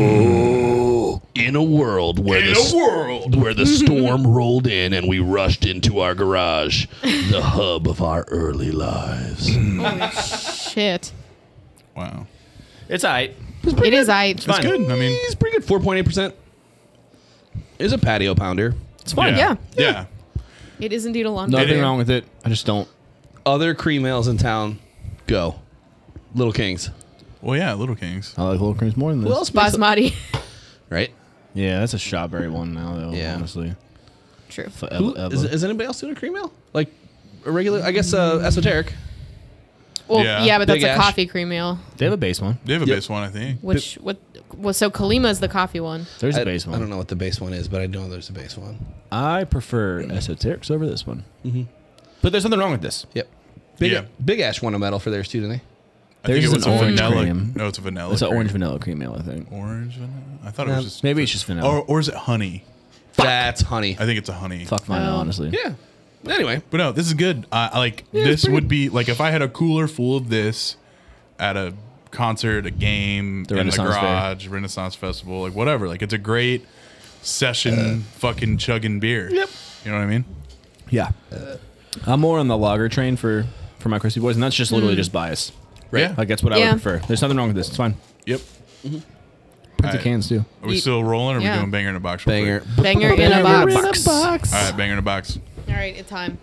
Oh, in a world where the s-
world.
where the storm rolled in and we rushed into our garage, the hub of our early lives.
Shit,
Wow.
It's alright.
it is. I
It's good. I mean,
He's pretty good. Four point eight percent. Is a patio pounder.
It's fine.
Yeah.
Yeah.
it is indeed a long.
Nothing
is.
wrong with it. I just don't.
Other cream ales in town, go. Little Kings.
Well, yeah, Little Kings.
I like Little Creams more than this.
Who else makes a-
Basmati.
Right.
yeah, that's a strawberry one now, though.
Yeah.
Honestly.
True.
Forever,
Who,
ever.
is, is anybody else doing a cream ale? Like a regular? I guess uh, esoteric.
Well,
Yeah.
yeah, but that's
Big
a
Ash.
coffee cream ale.
they have a base one.
They have a
Yep.
base one, I think.
Which what? Well, so Kalima is the coffee one.
There's
I,
a base one.
I don't know what the base one is, but I know there's a base one.
I prefer esoterics over this one. Mm-hmm. But there's nothing wrong with this.
Yep. Big
Yeah.
Big Ash won a medal for eh? theirs too, didn't
I think
There's
it was
an
a
orange
vanilla.
cream.
No, it's a vanilla.
It's an
cream.
orange vanilla cream ale, I think.
Orange vanilla. I thought it
No,
was just
Maybe it's just vanilla.
Or, or is it honey?
they? That's honey.
I think it's a honey.
Fuck mine,
Oh.
honestly.
Yeah. Anyway,
But no, this is good. I I like
it's
this
pretty
would
good.
be like if I had a cooler full of this at a concert, a game,
The
in the
Renaissance Fair.
garage, Renaissance Festival, like whatever. Like it's a great session,
Uh,
fucking chugging beer.
Yep.
You know what I mean?
Yeah. I'm more on the lager train for for my crispy boys, and that's just
Hmm.
literally just bias.
right.
Yeah.
Like that's what I would
Yeah.
prefer. There's nothing wrong with this. It's fine.
Yep.
Pretty
Alright.
cans too.
Are we
Ye-
still rolling? Or are we
yeah.
doing banger in a box? real
Banger.
quick?
Banger in a box.
All right, banger in a box.
All right, it's time.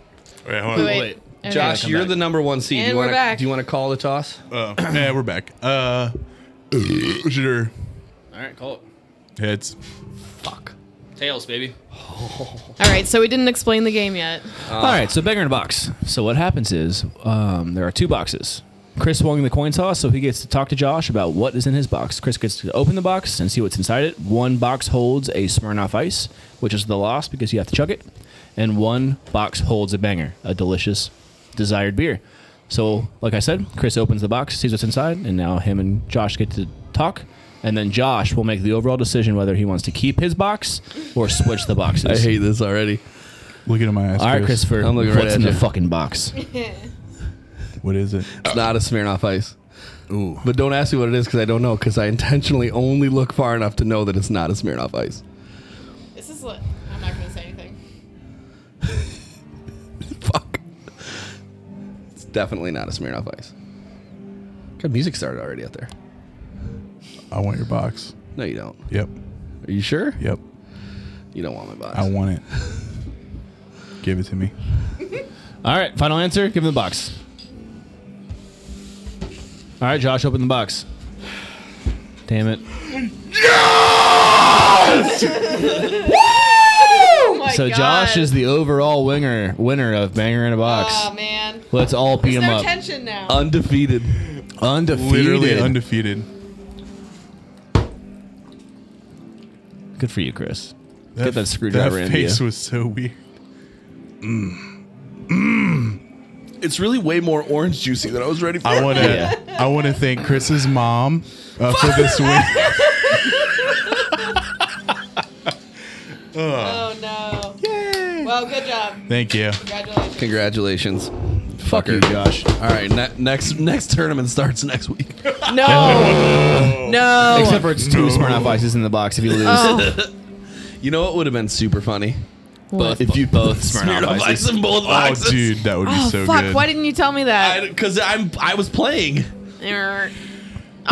Wait, hold on.
Wait, wait. Okay.
Josh,
Come
you're
back.
the number one seed.
And
Do you
we're
want to?
back.
Do you want to call the toss?
Oh, yeah, we're back. Uh, sure.
All right, call it.
Heads.
Fuck.
Tails, baby.
All right, so we didn't explain the game yet.
Uh,
All right, so beggar in a box. So what happens is um, there are two boxes. Chris swung the coin toss, so he gets to talk to Josh about what is in his box. Chris gets to open the box and see what's inside it. One box holds a Smirnoff Ice, which is the loss because you have to chug it, and one box holds a banger, a delicious, desired beer. So, like I said, Chris opens the box, sees what's inside, and now him and Josh get to talk. And then Josh will make the overall decision whether he wants to keep his box or switch the boxes.
I hate this already.
Look at my eyes.
All right, Christopher,
I'm looking
what's
right at
in the
you.
fucking box?
What is it?
It's not a Smirnoff Ice.
Ooh.
But don't ask me what it is because I don't know. Because I intentionally only look far enough to know that it's not a Smirnoff Ice.
This is what I'm not going to say anything.
Fuck. It's definitely not a Smirnoff Ice. Got music started already out there.
I want your box.
No, you don't.
Yep.
Are you sure?
Yep.
You don't want my box.
I want it. Give it to me.
All right, final answer. Give him the box. All right, Josh, open the box. Damn it.
Oh my
so
God.
Josh is the overall winner winner of Banger in a Box.
Oh, man.
Let's all beat
There's
him
no
up.
tension now.
Undefeated.
Undefeated.
Literally undefeated.
Good for you, Chris.
That,
that screwdriver
that
in
face
you.
was so weird.
It's really way more orange juicy than I was ready for.
I want to. I want to thank Chris's mom uh, for this win.
oh, no. Well, good job.
Thank you.
Oh, Congratulations.
Congratulations.
Fuck you,
motherfucker.
Josh.
All right, ne- next next tournament starts next week.
No,
Except
no.
for it's two Smirnoff Ices in the box if you lose.
Oh,
You know what would have been super funny?
What?
If you both
Smeared
Smirnoff
up
Ices.
ice in both
Oh,
boxes.
dude, that would be
oh
so
fuck!
good.
Why didn't you tell me that?
Because I'm I was playing.
Err.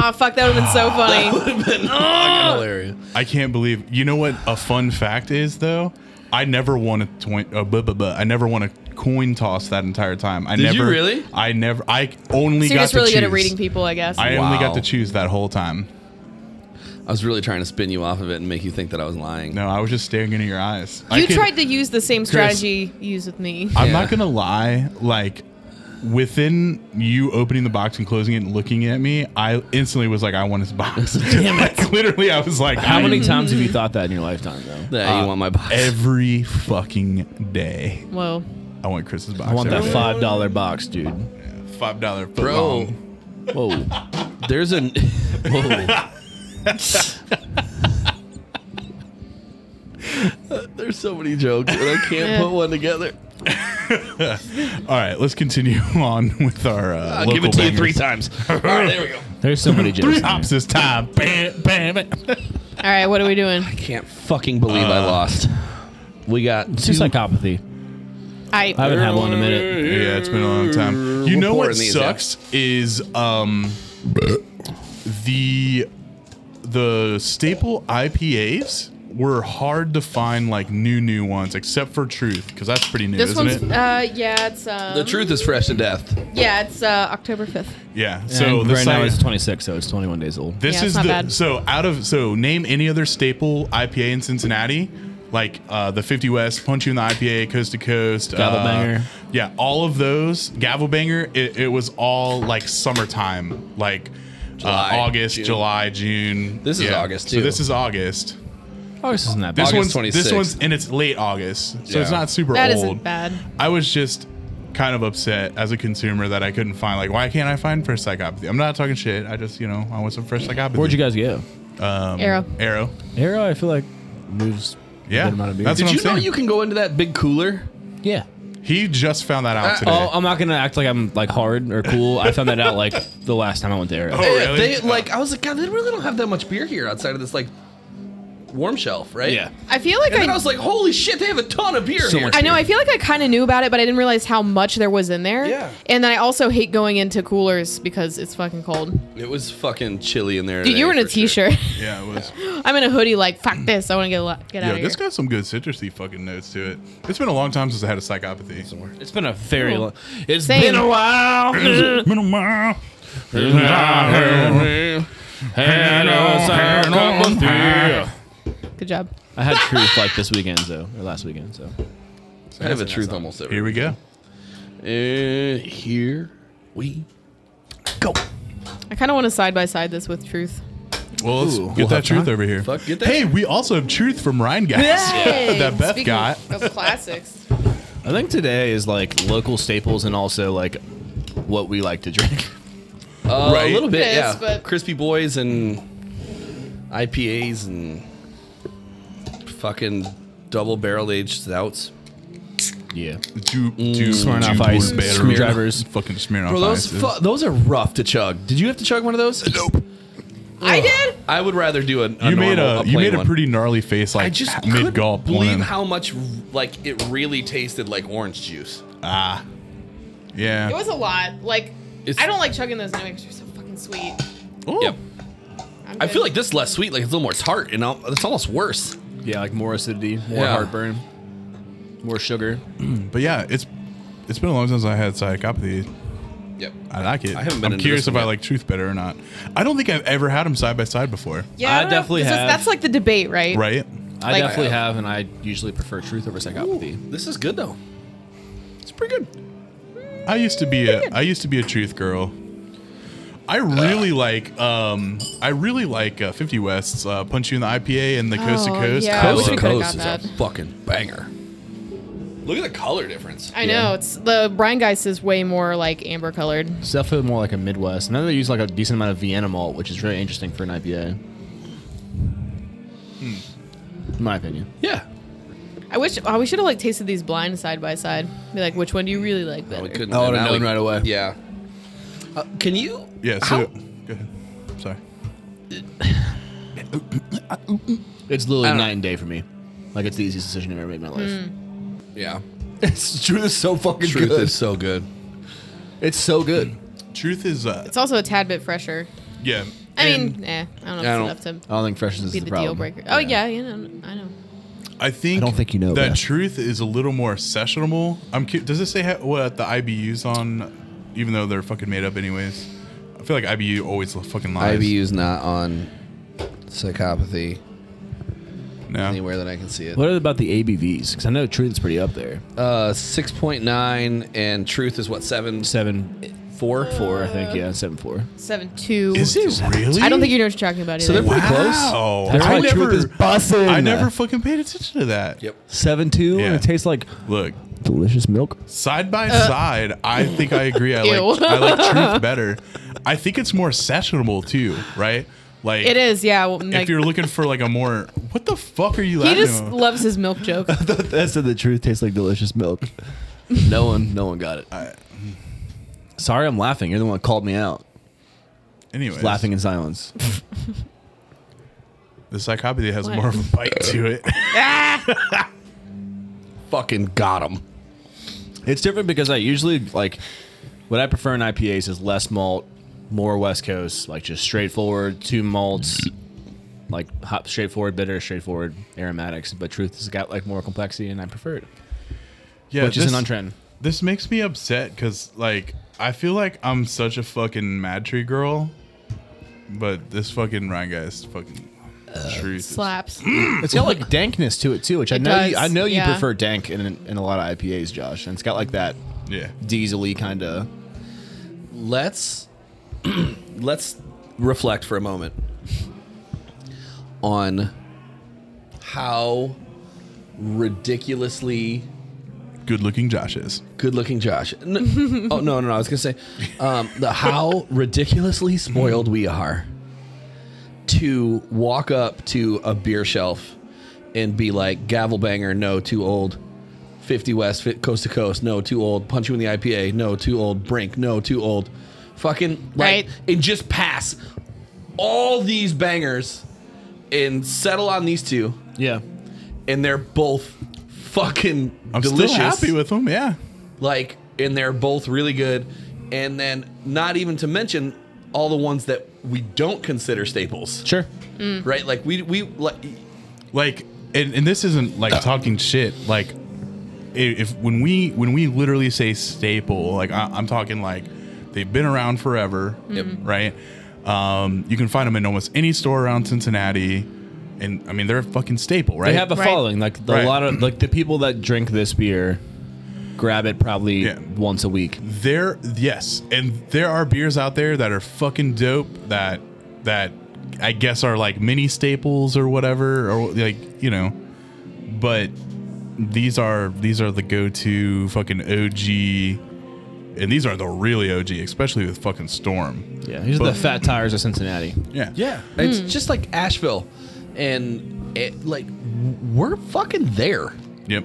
Oh fuck! That would have been so funny.
Would have been fucking hilarious.
I can't believe. You know what? A fun fact is though. I never won a twi- uh, buh, buh, buh. I never won a coin toss that entire time. I
Did you
never
really?
I never. I only
So
got
you're just
to
really good at
choose.
reading people, I guess.
I only got
Wow.
to choose that whole time.
I was really trying to spin you off of it and make you think that I was lying.
No, I was just staring into your eyes. I
you
could-
tried to use the same strategy you used with me.
I'm
Yeah.
not gonna lie, like within you opening the box and closing it and looking at me, I instantly was like, I want his box. Damn it. literally I was like,
How
I-
many times have you thought that in your lifetime, though?
That you want my box.
every fucking day.
Whoa.
I want Chris's box.
I want that
every day.
five dollar box, dude.
five dollar foot
Bro.
long.
Whoa,
There's a whoa. There's so many jokes and I can't put one together.
All right, let's continue on with our. Uh,
I'll give
local
it to you
bangers.
three times. All right, there we go.
there's so many jokes.
Three
in there.
hops this time. Bam, bam, bam.
All right, what are we doing?
Can't fucking believe I lost. We got
It's just
two-
psychopathy.
I,
I haven't had one in a minute.
Yeah, it's been a long time. You
We're
know what
pouring these,
sucks is um the the staple IPAs were hard to find like new new ones except for Truth because that's pretty new,
This
isn't
one's,
it?
uh, yeah, it's, um,
The truth is fresh to death.
Yeah, it's uh, October 5th.
yeah. So
And
this
right now
I-
it's 26, so it's 21 days old.
this
Yeah, it's
is the
not bad.
so out of so name any other staple IPA in Cincinnati. Like uh, the 50 West, Punch You in the IPA, Coast to Coast,
Gavel
uh,
Banger.
yeah, all of those. Gavel Banger, it, it was all like summertime, like
July,
uh, August,
June.
July, June.
This is August,
So
too.
this is August.
Oh, this isn't that
This
bad.
August
one's
26th.
this one's and it's late August, so it's
Yeah.
not super
That
old.
not bad.
I was just kind of upset as a consumer that I couldn't find like why can't I find fresh psychopathy? I'm not talking shit. I just you know I want some fresh psychopathy.
Where'd you guys go?
Um,
Arrow.
Arrow.
Arrow, I feel like moves.
Yeah,
A good amount of beer.
that's
Did
what
you
I'm
know
saying.
you can go into that big cooler?
yeah.
He just found that out
Uh,
today.
Oh, I'm not gonna act like I'm like hard or cool. I found that out like the last time I went to Arrow.
Oh,
Yeah,
really?
They like I was like, God, they really don't have that much beer here outside of this like warm shelf, right?
Yeah.
I feel like
And then I
I,
was like, holy shit, they have a ton of beer
So
here.
much
I know, I feel like I kind of knew about it, but I didn't realize how much there was in there.
Yeah.
And then I also hate going into coolers because it's fucking cold.
It was fucking chilly in there.
Dude,
today,
you were in a
for sure. Mm.
t-shirt.
yeah, it was.
I'm in a hoodie like, fuck this, I want to get, a lot, get out
Yo,
of here.
this got some good citrusy fucking notes to it. It's been a long time since I had a psychopathy.
It's been a very
Cool.
long. It's
Same.
been a while.
Been a while.
Good job.
I had truth like this weekend, though, or last weekend, so.
I have a truth almost every.
Here we go.
Uh, here we go.
I kind of want to side by side this with truth.
Well, let's
Ooh,
get
we'll
that
have
truth
time.
over here.
Fuck, get that
Hey, we also have truth from Ryan guys that Beth got.
Of classics.
I think today is like local staples and also like what we like to drink.
Uh,
Right.
A little bit,
It is,
yeah.
but-
Crispy boys and IPAs and fucking double barrel aged stouts.
Yeah.
Do,
Mm.
do,
Smirnoff
do
ice,
better.
screwdrivers.
fucking Smirnoff
Bro, those
ices.
fu- those are rough to chug. Did you have to chug one of those? Nope.
I did.
I would rather do a, a
you made
normal,
a,
a
you made
plain
a
one.
pretty gnarly face, like
I just
mid
couldn't
gulp.
believe how much like it really tasted like orange juice.
ah,
It
yeah.
was a lot. Like,
It's-
I don't like chugging those anyway because they're so fucking sweet.
Yep.
I'm
I
good.
feel like this is less sweet, like it's a little more tart, and I'll- it's almost worse.
Yeah, like more acidity, more
Yeah.
heartburn, more sugar.
But yeah, it's it's been a long time since I had psychopathy.
Yep.
I like it.
I haven't been
I'm
into
curious
this
if
one
I
yet.
like truth better or not. I don't think I've ever had them side by side before.
Yeah,
I
don't know if
definitely
this is-
have.
That's like the debate, right?
Right?
I
Like-
definitely have, and I usually prefer truth over psychopathy.
This is good though. It's pretty good.
I used to be a I used to be a truth girl. I really like um I really like uh, 50 West's uh, Punch You in the IPA and the Coast to
Oh,
Coast.
yeah. I
I
wish
love-
we could've got that.
fucking banger. Look at the color difference.
I know. It's the Breingeist is way more like amber colored.
It's definitely more like a Midwest. And then they use like a decent amount of Vienna malt, which is really interesting for an Hmm. IPA. In my opinion.
Yeah.
I wish oh, we should have like tasted these blind side by side. Be like, which one do you really like better?
We couldn't.
I would've
now
known
we-
right away.
Yeah. Uh, can you?
Yeah.
how-
So, go ahead. Sorry.
It's literally
I don't
night and day for me. Like it's the easiest decision I've ever made in my life.
yeah.
It's truth is so fucking
Truth
good.
is so good.
it's so good.
Truth is, uh,
It's also a tad bit fresher.
yeah.
I
and
mean, eh, I don't
I
know
don't-
if it's enough
I don't think freshness
to be
is
the,
the,
deal
problem.
breaker. Oh yeah, yeah, no, I know.
I think
I don't think you know,
that
yeah.
truth is a little more sessionable. I'm. Cu- does it say ha- what the IBUs on? Even though they're fucking made up anyways. I feel like IBU always li- fucking lies.
IBU's not on psychopathy
No.
anywhere that I can see it.
What about the ABVs? Because I know truth is pretty up there.
Uh, six point nine and truth is what seven
Seven,
four
four, I think. Yeah, seven four.
Seven two.
Is it really?
I don't think you know what you're talking about either.
So they're pretty close.
Wow.
That's
Oh. I
why
never.
truth is bussin'.
I never fucking paid attention to that.
Yep.
Seven two,
Yeah.
and it tastes like
Look,
delicious milk.
side by side, I think I agree. I like
Uh. Ew.
I like truth better. I think it's more sessionable too, right? Like
it is, yeah. well,
If
Like,
you're looking for like a more, what the fuck are you
he
laughing?
just
at?
loves his milk joke.
That said, the truth tastes like delicious milk. no one, no one got it. Sorry, I'm laughing. You're the one that called me out.
Anyways,
Laughing in silence.
The psychopathy has
What?
more of a bite to it.
Fucking got him.
It's different because I usually like what I prefer in IPAs is less malt, more West Coast, like just straightforward, two malts, like hop, straightforward bitter, straightforward aromatics. But truth has got like more complexity, and I prefer it,
yeah,
which is
this-
an untrend.
This makes me upset because like I feel like I'm such a fucking mad tree girl, but this fucking Ryan guy is fucking truth. is-
Slaps.
It's got like dankness to it too, which I
It
know you,
does,
I know you
yeah.
prefer dank in, in a lot of IPAs, Josh, and it's got like that
Yeah.
diesely kind of.
Let's let's reflect for a moment on how ridiculously
Good looking Josh is.
good looking Josh. N- oh no, no, no! I was gonna say um, the how ridiculously spoiled we are to walk up to a beer shelf and be like gavel banger, no, too old. 50 West, fit, coast to coast, no, too old. Punch you in the IPA, no, too old. Brink, no, too old. Fucking like,
Right.
and just pass all these bangers and settle on these two,
Yeah,
and they're both fucking
I'm
delicious
still happy with him. Yeah.
like and they're both really good and then not even to mention all the ones that we don't consider staples
sure.
right like we we like
like and, and this isn't like talking shit like i- if when we when we literally say staple like I, i'm talking like they've been around forever
Yep.
right um, you can find them in almost any store around cincinnati and i mean they're a fucking staple right
They have a
Right.
following, like the,
Right.
a lot of like the people that drink this beer grab it probably
Yeah.
once a week.
there yes and there are beers out there that are fucking dope that that i guess are like mini staples or whatever or like you know but these are these are the go-to fucking og and these are the really og especially with fucking storm
Yeah, these are
But-
the fat tires of Cincinnati.
yeah
yeah it's just like asheville and it, like we're fucking there
yep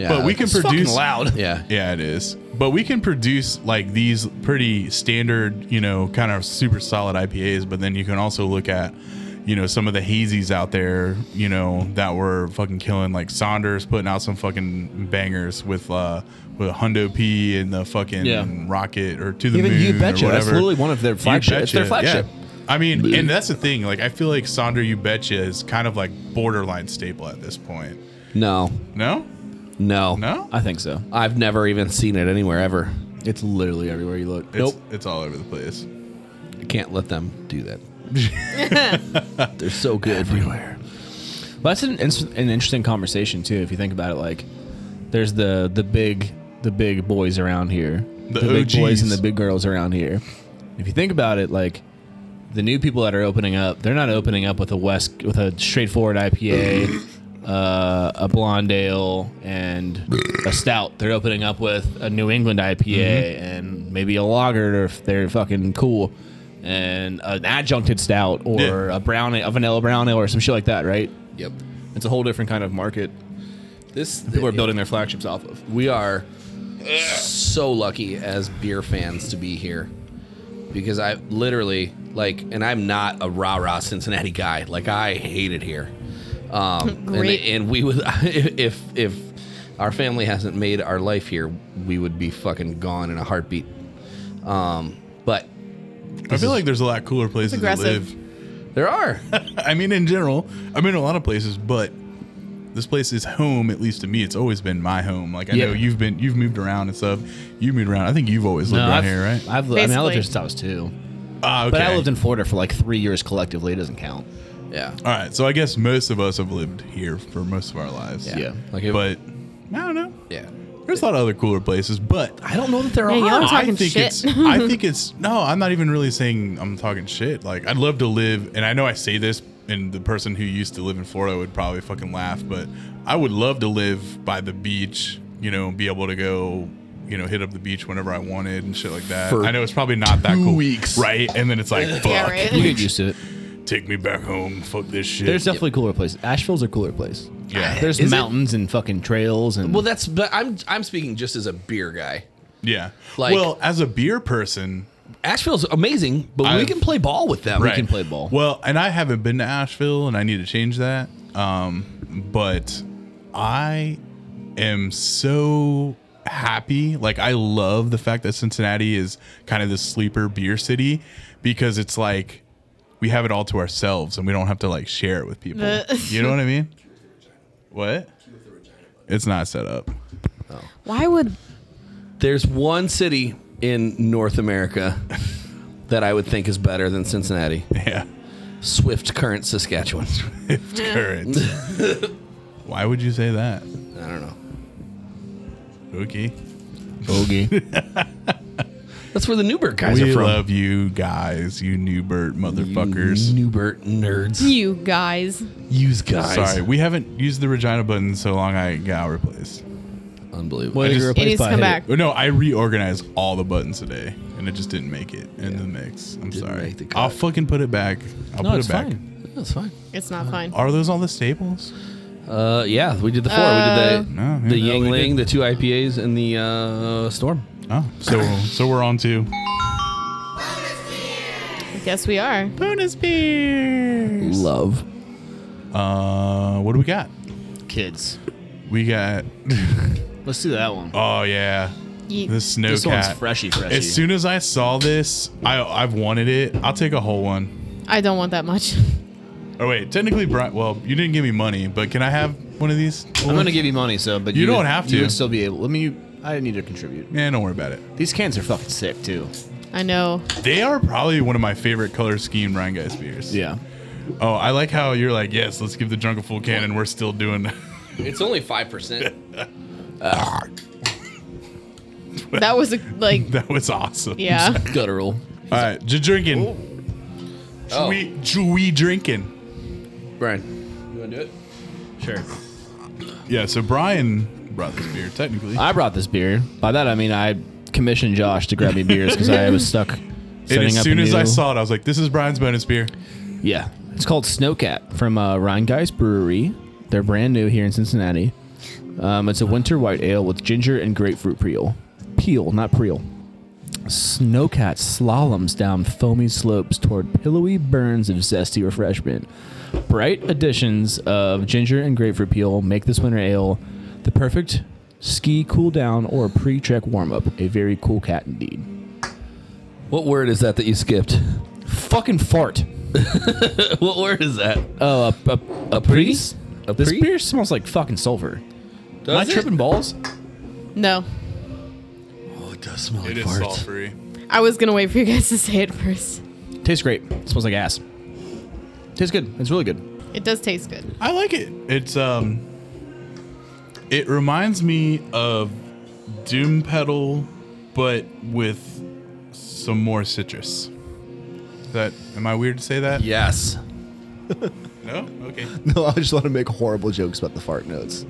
yeah
but we
like,
can
it's fucking
produce
loud. yeah
Yeah, it is. But we can produce like these pretty standard, you know, kind of super solid IPAs, but then you can also look at, you know, some of the hazies out there, you know, that were fucking killing like Saunders putting out some fucking bangers with uh with Hundo P and the fucking
Yeah.
rocket or to the
Even
moon.
You
or
Betcha, that's
whatever.
literally one of their
You
flagship- it's their
Betcha,
flagship.
yeah. I mean, and that's the thing. Like, I feel like Sonder You Betcha is kind of like borderline staple at this point.
no
No,
no
no,
I think so.
i've never even seen it anywhere ever
It's literally everywhere you look.
it's, It's all over the place.
i can't let them do that they're so good everywhere
Well, that's an, ins- an interesting conversation too. If you think about it, like there's the the big the big boys around here,
The
big boys and
OGs.
the big girls around here. If you think about it, like the new people that are opening up, they're not opening up with a west with a straightforward IPA, uh, a blonde ale, and a stout. They're opening up with a New England IPA
Mm-hmm.
and maybe a lager if they're fucking cool. And an adjuncted stout or
Yeah.
a brown, ale- a vanilla brown ale, or some shit like that, right?
yep
It's a whole different kind of market.
This
People are building their flagships off of.
We are so lucky as beer fans to be here because I literally like, and I'm not a rah rah Cincinnati guy. Like I hate it here. Um, and-
Great.
And, we would if if our family hasn't made our life here, we would be fucking gone in a heartbeat. Um, but
I feel like there's a lot cooler places to
aggressive.
live.
there are.
I mean, in general, I mean a lot of places, but this place is home. At least to me, it's always been my home. Like I
Yeah.
know you've been, you've moved around and stuff. You moved around. I think you've always lived around
I've,
here, right?
I've, I mean, I
Basically.
lived here since I was two.
Ah, okay.
But I lived in Florida for like three years collectively. It doesn't count.
yeah.
All right, so I guess most of us have lived here for most of our lives.
Yeah.
Like it,
but I don't know.
yeah.
There's a lot of other cooler places, but
I don't know that there
Yeah,
are.
y'all are
I
talking
think
shit.
it's. I think it's. No, I'm not even really saying I'm talking shit. Like I'd love to live, and I know I say this, and the person who used to live in Florida would probably fucking laugh, but I would love to live by the beach. You know, be able to go. You know, hit up the beach whenever I wanted and shit like that.
For
I know it's probably not that
two
cool,
weeks.
right? And then it's like, fuck,
Yeah, right.
You get used to it.
take me back home, fuck this shit.
There's definitely cooler places. Asheville's a cooler place.
yeah,
There's
Is it?
mountains and fucking trails and
Well, that's but I'm I'm speaking just as a beer guy.
yeah.
Like-
well, as a beer person,
Asheville's amazing, but we
I've-
can play ball with them.
Right.
can play ball.
Well, and I haven't been to Asheville, and I need to change that. Um, but I am so happy. Like, I love the fact that Cincinnati is kind of this sleeper beer city because it's like we have it all to ourselves, and we don't have to like share it with people.
The-
you know what I mean? What? It's not set up.
Why would
There's one city in North America that I would think is better than Cincinnati.
Yeah,
Swift Current, Saskatchewan.
it's current. Why would you say that?
I don't know.
Okay.
bogey.
That's where the Newberg guys
we
are from.
love you guys, you Newbert motherfuckers.
Newbert nerds.
you guys?
Use guys.
Sorry, we haven't used the Regina button so long. I got replaced.
Unbelievable.
I just-
It needs to come back.
Oh, No, I reorganized all the buttons today, and it just didn't make it in the mix. I'm sorry.
make the cut.
I'll fucking put it back. I'll
No,
put
it's
it back.
fine.
That's fine.
It's not fine.
Are those all the staples?
Uh, yeah, we did the four. we did the,
No, yeah, no,
the
we
Yingling, the two IPAs, and the uh, Storm.
Oh, so so we're on to
Yes, we are.
bonus beers.
Love.
Uh, what do we got?
Kids.
We got.
Let's do that one.
Oh yeah,
Yeet.
the snow
this
cat.
one's freshy, freshy.
As soon as I saw this, I I've wanted it. I'll take a whole one.
I don't want that much.
Oh wait, technically, Brian. Well, you didn't give me money, but can I have one of these?
I'm gonna give you money, so but
You
you
don't
would-
have to.
You would still be able. Let me. I need to contribute.
Man, don't worry about it.
These cans are fucking sick too.
I know.
They are probably one of my favorite color scheme Ryan Guys beers.
Yeah.
Oh, I like how you're like, yes, let's give the drunk a full can, and we're still doing.
It's only 5%.
That was a, like,
that was awesome.
yeah.
Guttural.
All right, just drinking.
Oh.
We
Oh.
we drinking.
Brian, you want to do it?
Sure.
Yeah. So Brian brought this beer technically.
I brought this beer. By that I mean I commissioned Josh to grab me beers because I was stuck.
and
setting
as
up
soon
a
as I
new-
saw it, I was like, this is Brian's bonus beer.
Yeah. It's called Snowcat from uh, Rheingeist Brewery. They're brand new here in Cincinnati. Um, it's a winter white ale with ginger and grapefruit peel. Peel, not preel. Snowcat slaloms down foamy slopes toward pillowy burns of zesty refreshment. Bright additions of ginger and grapefruit peel make this winter ale the perfect ski cool down or pre trek warm up. A very cool cat indeed.
What word is that that you skipped?
Fucking fart.
what word is that?
Oh, a, a, a priest?
A
This
pre?
beer smells like fucking sulfur. Am I tripping balls?
No.
Oh, it does smell like
It is
farts.
salt free.
I was going to wait for you guys to say it first.
Tastes great. smells like ass. Tastes good. It's really good.
It does taste good.
I like it. It's um it reminds me of Doom Pedal but with some more citrus. Is that am I weird to say that?
Yes.
No? Okay.
No, I just want to make horrible jokes about the fart notes.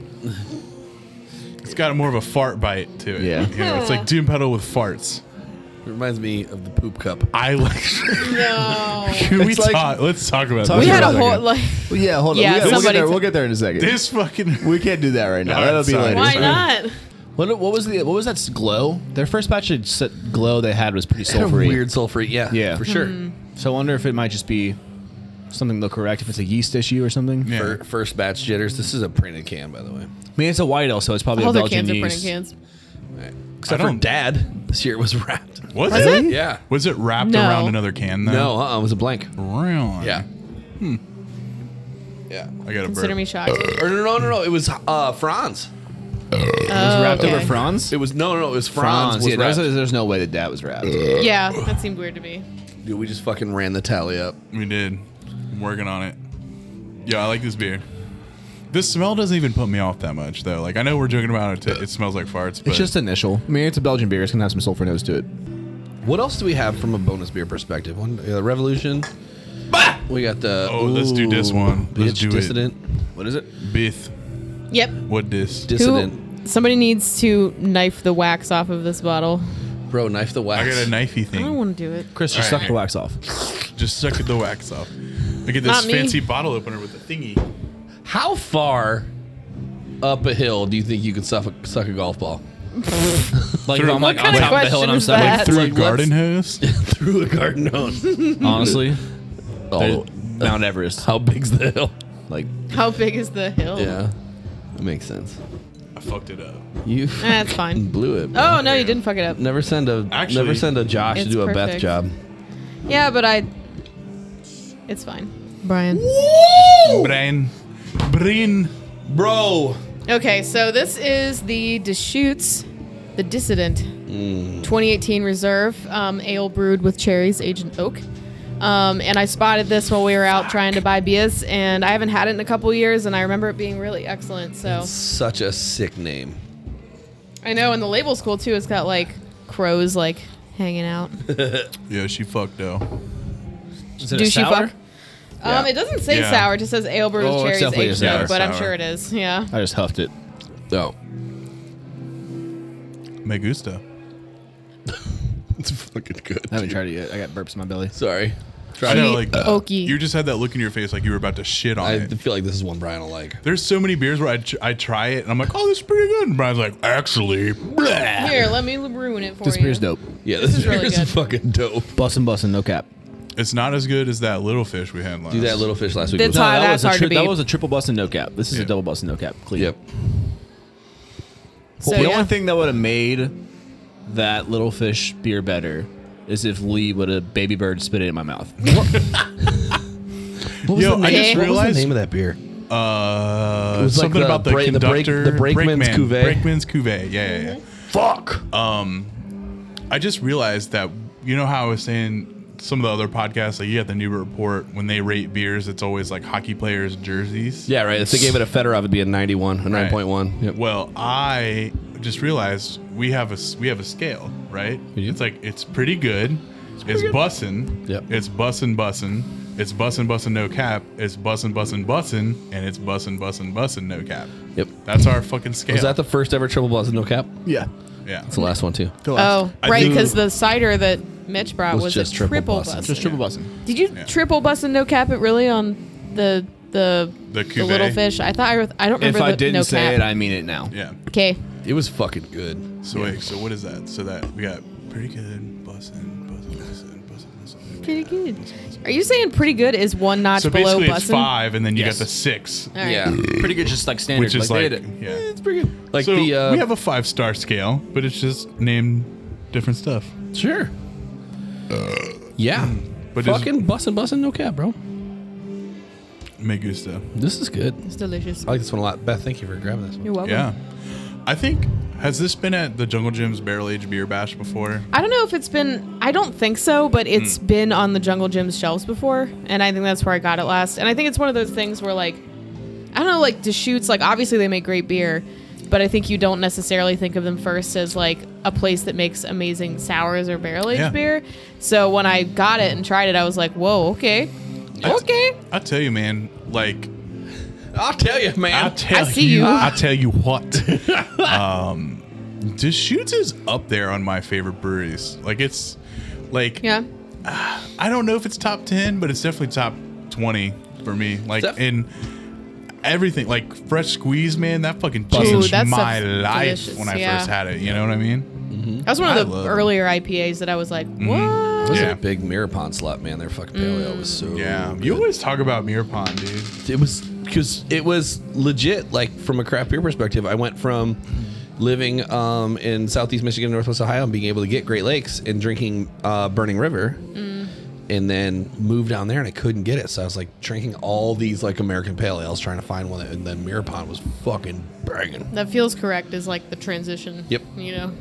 It's got more of a fart bite to it.
Yeah.
You know, it's like Doom Pedal with farts.
reminds me of the poop cup.
I like.
No.
Can we
It's like-
talk? Let's talk about
Talk
we
this.
had a
Second.
whole like.
Well, yeah, hold on.
Yeah,
we will get
somebody
there.
t-
we'll get there in a second.
this fucking.
we can't do that right now.
All right,
That'll be
sorry.
later.
Why not?
What, what was the what was that s- glow? Their first batch of s- glow they had was pretty sulfury.
Weird sulfur. Yeah. Hmm.
Yeah.
For sure.
Mm-hmm.
So I wonder if it might just be something to correct if it's a yeast issue or something.
Yeah.
Fir- first batch jitters. This is a printed can, by the way.
I mean, it's a white ale, so it's probably
All
a
their
Belgian
cans are printing
yeast.
cans.
Except
I
for
don't-
Dad. This year it was wrapped.
Was,
Was
it?
it?
Yeah.
Was it wrapped
No.
around another can though?
No, uh-uh, it was a blank.
Really?
Yeah. Hmm. Yeah.
I got a
Consider
burp.
me shocked.
Or no, no, no, no. It was uh, Franz.
Oh,
Wrapped
okay.
over Franz.
It was no, no, no. It was Franz.
Franz.
was
Yeah, there's,
wrapped.
there's no way that that was wrapped.
Yeah, that seemed weird to me.
Dude, we just fucking ran the tally up.
We did. I'm working on it. Yo, I like this beer. This smell doesn't even put me off that much though. Like I know we're joking about it. T- it smells like farts, but
It's just initial.
I mean, it's a Belgian beer. It's gonna have some sulfur nose to it.
What else do we have from a bonus beer perspective? One uh, Revolution. We got the
Oh, let's do this one.
Bitch,
Let's do it.
dissident.
What is it?
Bith.
Yep.
What this?
Dissident.
Who- somebody needs to knife the wax off of this bottle.
Bro, knife the wax.
I got a knifey
I don't
thing.
want to do it.
Chris,
All
just
right.
suck the wax off.
Just suck the wax off. Look at this
Not me.
fancy bottle opener with the thingy.
How far up a hill do you think you could suck a, suck a golf ball?
Like
Through-
I'm like
What
on
kind of
top of the hill and
question
I'm
is
stuck.
that?
Through
like,
a garden hose.
Through a garden hose.
Honestly,
oh,
Mount Everest.
how big's the hill?
Like
How big is the hill?
Yeah, that makes sense.
I fucked it up.
You fucking
That's Eh, fine.
blew it. bro.
Oh no, you didn't fuck it up.
Never send a
Actually-
never send a Josh to
It's
do a Beth
perfect.
job.
Yeah, but I. It's fine, Brian.
Brain. Brain.
Bro,
Okay, so this is the Deschutes, the Dissident,
Mm.
2018 Reserve um, ale brewed with cherries, aged in oak. Um, and I spotted this while we were out trying to buy beers, and I haven't had it in a couple years, and I remember it being really excellent. So
such a sick name.
I know, and the label's cool too. It's got like crows like hanging out.
Yeah, she fucked though.
is it
Do
a
she
sour?
fuck? Um, it doesn't say
Yeah.
sour; it just says ale brewed
Oh,
with cherries,
it's definitely a
aged in
sour.
oak. But I'm
Sour.
sure it is. Yeah.
I just huffed it.
Oh,
Me gusta.
it's fucking good.
I haven't tried it yet. I got burps in my belly.
Sorry,
I
try
know,
it.
like
Oaky.
you just had that look in your face, like you were about to shit on
I
it.
feel like this is one Brian will like.
There's so many beers where I, tr- I try it and I'm like, oh, this is pretty good. And Brian's like, actually, bleh.
Here, let me ruin it for
This
you.
beer's dope.
Yeah,
This
this,
is really
beer is
good.
fucking dope.
Bussin' bussin', no cap.
it's not as good as that little fish we had last.
Do that little fish last week.
That's
was-
how- that's
a
hard to
tri- that
beat.
was a triple bussin' no cap. This is
Yeah.
a double bussin' no cap. Clean.
Yep.
So,
the
yeah.
only thing that would have made that little fish beer better is if Lee would have baby bird spit it in my mouth.
What
Yo, I
name?
just
What was
realized
of that beer?
uh,
was like
something
the
about the
break- the break-
conductor,
the brakeman's
brakeman- Uh,
cuvee.
brakeman's cuvee. Yeah, yeah, yeah.
Fuck.
I just realized that you know how I was saying some of the other podcasts, like you got the Newber Report when they rate beers, it's always like hockey players' jerseys.
yeah, right. If they gave it a Fedorov, it'd be a 91, a 9.1. Yep.
Well, I just realized we have a s- we have a scale, right?
do?
It's like it's pretty good. It's, bussin'.
Yep.
It's bussin' bussin'. It's bussin' bussin' no cap. It's bussin' bussin' bussin', and it's bussin' bussin' bussin' no cap.
Yep.
That's our fucking scale.
Was that the first ever triple buzz with no cap?
Yeah.
yeah?
It's the last one too.
Oh,
I
right,
do-
because the cider that Mitch brought
Was
was,
just
a
triple
triple,
bussin'.
bussin'.
Just triple bussin'.
Did you
Yeah.
triple bussin' no cap it really on the the
The
the
cuvee?
little fish? I thought I was, I don't remember
If I
the
didn't
no
say
cap.
it, I mean it now.
Yeah.
okay,
It was fucking good.
So wait, so what is that? So that we got pretty good bussin', bussin', bussin', bussin', bussin'. no
pretty
cap,
good.
bussin', bussin'.
Are you saying pretty good is one notch
So
below
basically, it's
bussin'?
five, and then you
Yes.
got the six,
All right.
Yeah.
Pretty good, just like standard.
which is
they
like,
did it.
yeah.
It's pretty good. Like
so
the uh,
we have a five star scale, but it's just named different stuff.
sure. Uh, yeah.
But it's
fucking bussin' bussin' no cap, bro.
me gusta.
This is good.
It's delicious.
Uh,
I like this one a lot. Beth, thank you for grabbing this one.
You're welcome.
Yeah, I think has this been at the Jungle Jim's Barrel Age Beer Bash before?
I don't know if it's been. I don't think so, but
Hmm.
it's been on the Jungle Gym's shelves before, and I think that's where I got it last. And I think it's one of those things where, like, I don't know, like Deschutes. Like, obviously they make great beer, but I think you don't necessarily think of them first as like a place that makes amazing sours or barrel aged
Yeah.
beer. So when I got it and tried it, I was like, "Whoa, okay, okay."
I tell you, man. Like
I'll tell you, man.
I tell
I see you.
I tell you what. um, Deschutes is up there on my favorite breweries. Like it's like
Yeah.
I don't know if it's top 10, but it's definitely top 20 for me. Like
Def-
in everything, like fresh squeeze, man, that fucking
Ooh,
changed
that
my
stuff's
life
delicious,
when I
yeah.
first had it. You know what I mean?
That was one
I
of
love it.
the
Mm-hmm.
earlier IPAs that I was like, what?
Those
Yeah.
are a big Mirapon slot, man. Their fucking paleo was so
Yeah.
good.
You always talk about Mirpon, dude.
it was because it was legit like from a craft beer perspective i went from living um, in southeast michigan northwest ohio and being able to get great lakes and drinking uh, burning river and then moved down there and i couldn't get it so i was like drinking all these like american pale ales trying to find one and then mirapon was fucking banging
That feels correct is like the transition.
Yep.
You know?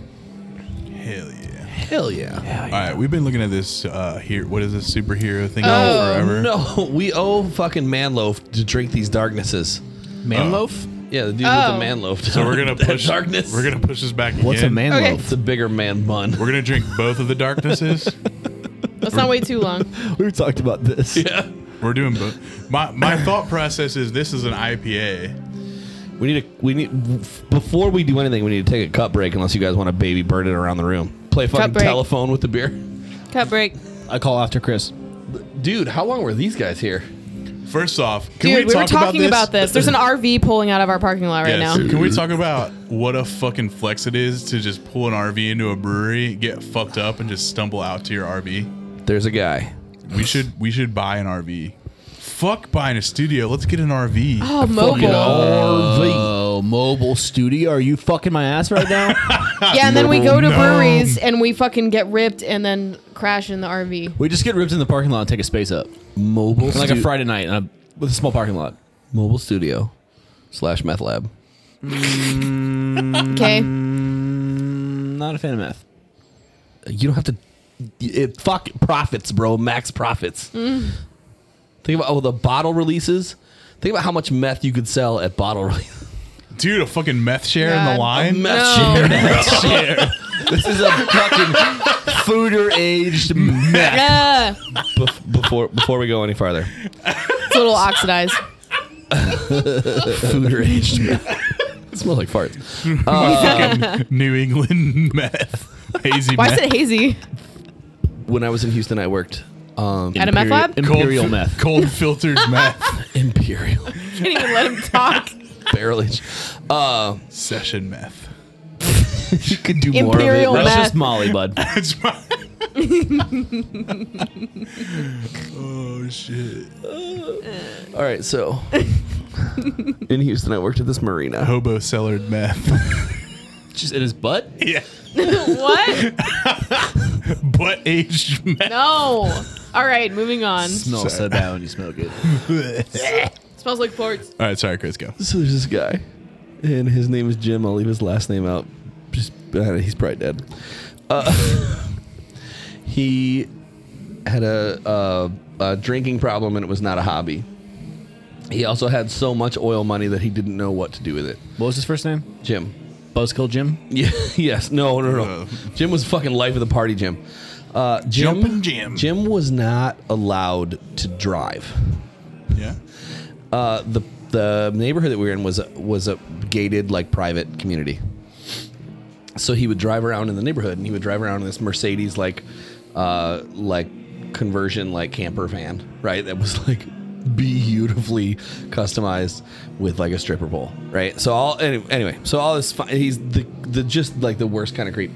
Hell yeah.
hell yeah
All right, we've been looking at this uh here. What is this superhero thing
Oh,
forever?
no we owe fucking manloaf to drink these darknesses
Man
Oh.
loaf?
yeah the dude
Oh.
with the manloaf
So we're gonna
That
push
darkness
We're gonna push this back again.
What's a man
Okay.
loaf?
it's a bigger man bun
We're gonna drink both of the darknesses.
Let's not wait too long.
We've talked about this.
yeah
We're doing both. My my thought process is this is an IPA.
We need a we need before we do anything. We need to take a cup break unless you guys want to baby bird it around the room. Play fucking
break.
telephone with the beer,
Cut break.
I call after Chris.
dude. How long were these guys here?
First off, can
Dude,
we,
we, were
talk
talking about
about this?
this. There's an RV pulling out of our parking lot right
Yes.
now.
Can we talk about what a fucking flex it is to just pull an RV into a brewery, get fucked up, and just stumble out to your RV?
There's a guy.
We should we should buy an RV. Fuck buying a studio. Let's get an RV.
Oh, mobile.
Oh,
RV. Mobile studio. Are you fucking my ass right now?
Yeah, and then we go
Mobile,
to
no.
breweries and we fucking get ripped and then crash in the RV.
We just get ripped in the parking lot and take a space up.
Mobile
Like a
stu-
Friday night and a, with a small parking lot.
mobile studio slash meth lab.
Okay?
Mm.
Not a fan of math.
You don't have to. It fuck profits, bro. Max profits.
Mm.
Think about oh the bottle releases. Think about how much meth you could sell at bottle releases.
Dude, a fucking meth share in
God.
the line.
No.
This is a fucking fooder aged mess.
Yeah.
Bef- before before we go any farther,
It's a little oxidized.
food or aged meth. It smells like farts.
Fucking New England meth. Hazy
Why
meth.
is it hazy?
when I was in Houston, I worked um,
At a meth lab?
Imperial
fil-
meth.
Cold filtered meth.
Imperial
Can't even let him talk.
Barrel Age. Uh,
Session meth.
You could do
more of it. Imperial
That's
meth.
just Molly, bud.
That's my. oh shit.
all right, so in Houston, I worked at this marina.
Hobo cellared meth.
Just in his butt?
yeah.
what?
Butt aged meth.
No. All right, moving on.
Smells so bad when you smoke it.
Smells like farts.
All right, sorry, Chris. Go.
So there's this guy, and his name is Jim. I'll leave his last name out. Just uh, he's probably dead. Uh, he had a, uh a drinking problem, and it was not a hobby. He also had so much oil money that he didn't know what to do with it.
What was his first name?
Jim,
Buzzkill Jim?
Yeah, yes. No, no,
Uh.
no. Jim was fucking life of the party, Jim. Uh, Jim.
Jumpin' Jim.
Jim was not allowed to drive.
Yeah.
Uh, the the neighborhood that we were in was a, was a gated like private community. So he would drive around in the neighborhood, and he would drive around in this Mercedes like uh, like conversion like camper van, right? That was like beautifully customized with like a stripper pole, right? So all any, anyway, so all this fi- he's the the just like the worst kind of creep.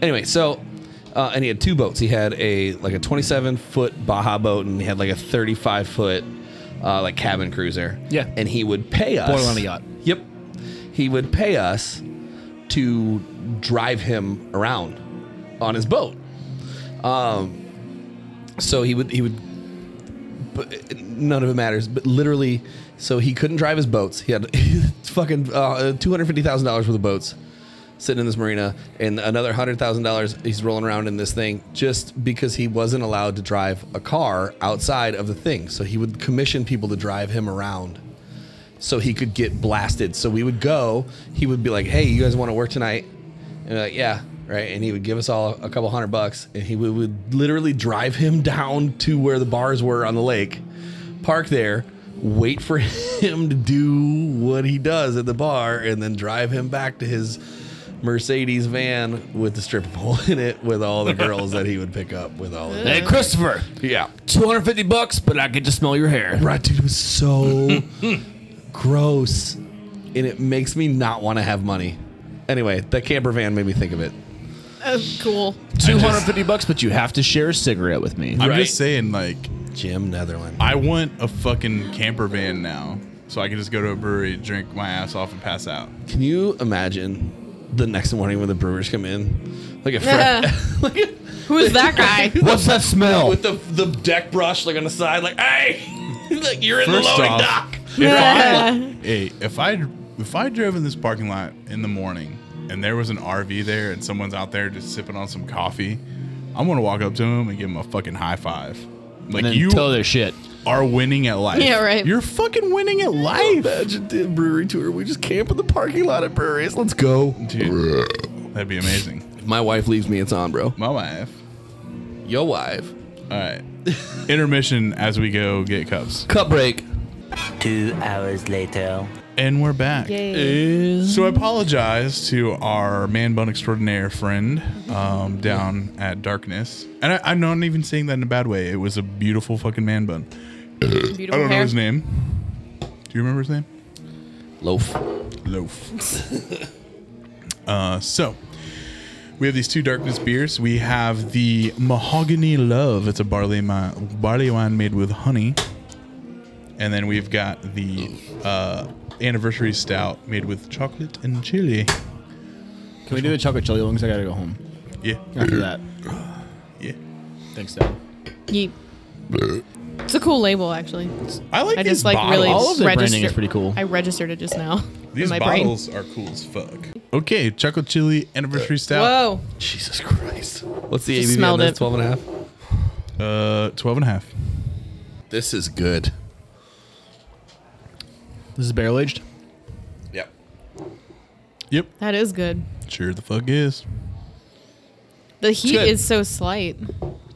Anyway, so uh, and he had two boats. He had a like a 27 foot Baja boat, and he had like a 35 foot uh, like cabin cruiser.
Yeah.
and he would pay us
Boil on a yacht.
Yep, he would pay us to drive him around on his boat. Um, so he would he would. But uh, none of it matters. But literally, so he couldn't drive his boats. He had fucking uh, two hundred fifty thousand dollars worth of boats sitting in this marina, and another hundred thousand dollars he's rolling around in this thing just because he wasn't allowed to drive a car outside of the thing. So he would commission people to drive him around so he could get blasted. So we would go. He would be like, "Hey, you guys want to work tonight?" And we're like, "Yeah." Right, and he would give us all a couple hundred bucks, and he would, would literally drive him down to where the bars were on the lake, park there, wait for him to do what he does at the bar, and then drive him back to his Mercedes van with the stripper pole in it with all the girls that he would pick up with all of it.
Hey, Christopher,
Yeah.
250 bucks, but I get to smell your hair.
Right, dude, it was so gross. And it makes me not want to have money. Anyway, that camper van made me think of it.
Oh, cool.
250 bucks, but you have to share a cigarette with me.
I'm
Right.
just saying, like,
Jim Netherland.
I want a fucking camper van now, so I can just go to a brewery, drink my ass off, and pass out.
Can you imagine the next morning when the brewers come in? Like a friend
Who's that guy?
What's that smell?
with the, the deck brush like on the side, like, hey! like you're in
First
the loading
off-
dock.
Yeah.
Hey, if I if I drove in this parking lot in the morning and there was an RV there and someone's out there just sipping on some coffee, I'm gonna walk up to them and give them a fucking high five. Like
Then
you
tell their shit.
are winning at life.
Yeah, right.
You're fucking winning at life,
Imagine the brewery tour. We just camp in the parking lot at breweries. Let's go.
dude. That'd be amazing.
If my wife leaves me, it's on, bro.
My wife.
Your wife.
All right. Intermission as we go get cups,
Cup break.
Two hours later.
and we're back.
Yay.
So I apologize to our man bun extraordinaire friend
Mm-hmm.
um, down at Darkness, and I, I'm not even saying that in a bad way. It was a beautiful fucking man bun. I
Beautiful
don't know
hair.
his name. Do you remember his name?
Loaf.
Loaf. uh, so we have these two darkness beers. We have the Mahogany Love. It's a barley ma- barley wine made with honey, and then we've got the uh, anniversary stout made with chocolate and chili.
Can we do the chocolate chili ones? I gotta go home
Yeah,
after that.
yeah.
Thanks, Dad.
Yeet. It's a cool label, actually.
I like
I
these
just like
bottles.
really
All of their branding
registered-
is pretty cool.
I registered it just now. in
These
my
bottles are cool as fuck. Okay, chocolate chili anniversary
Brain.
stout.
Whoa.
Jesus Christ. What's the
Just
ABV on
smelled
this?
it.
12 and a half?
Uh, 12 and a half.
This is good.
This is barrel aged.
Yep.
Yep.
That is good.
Sure the fuck is.
The heat
good.
is so slight.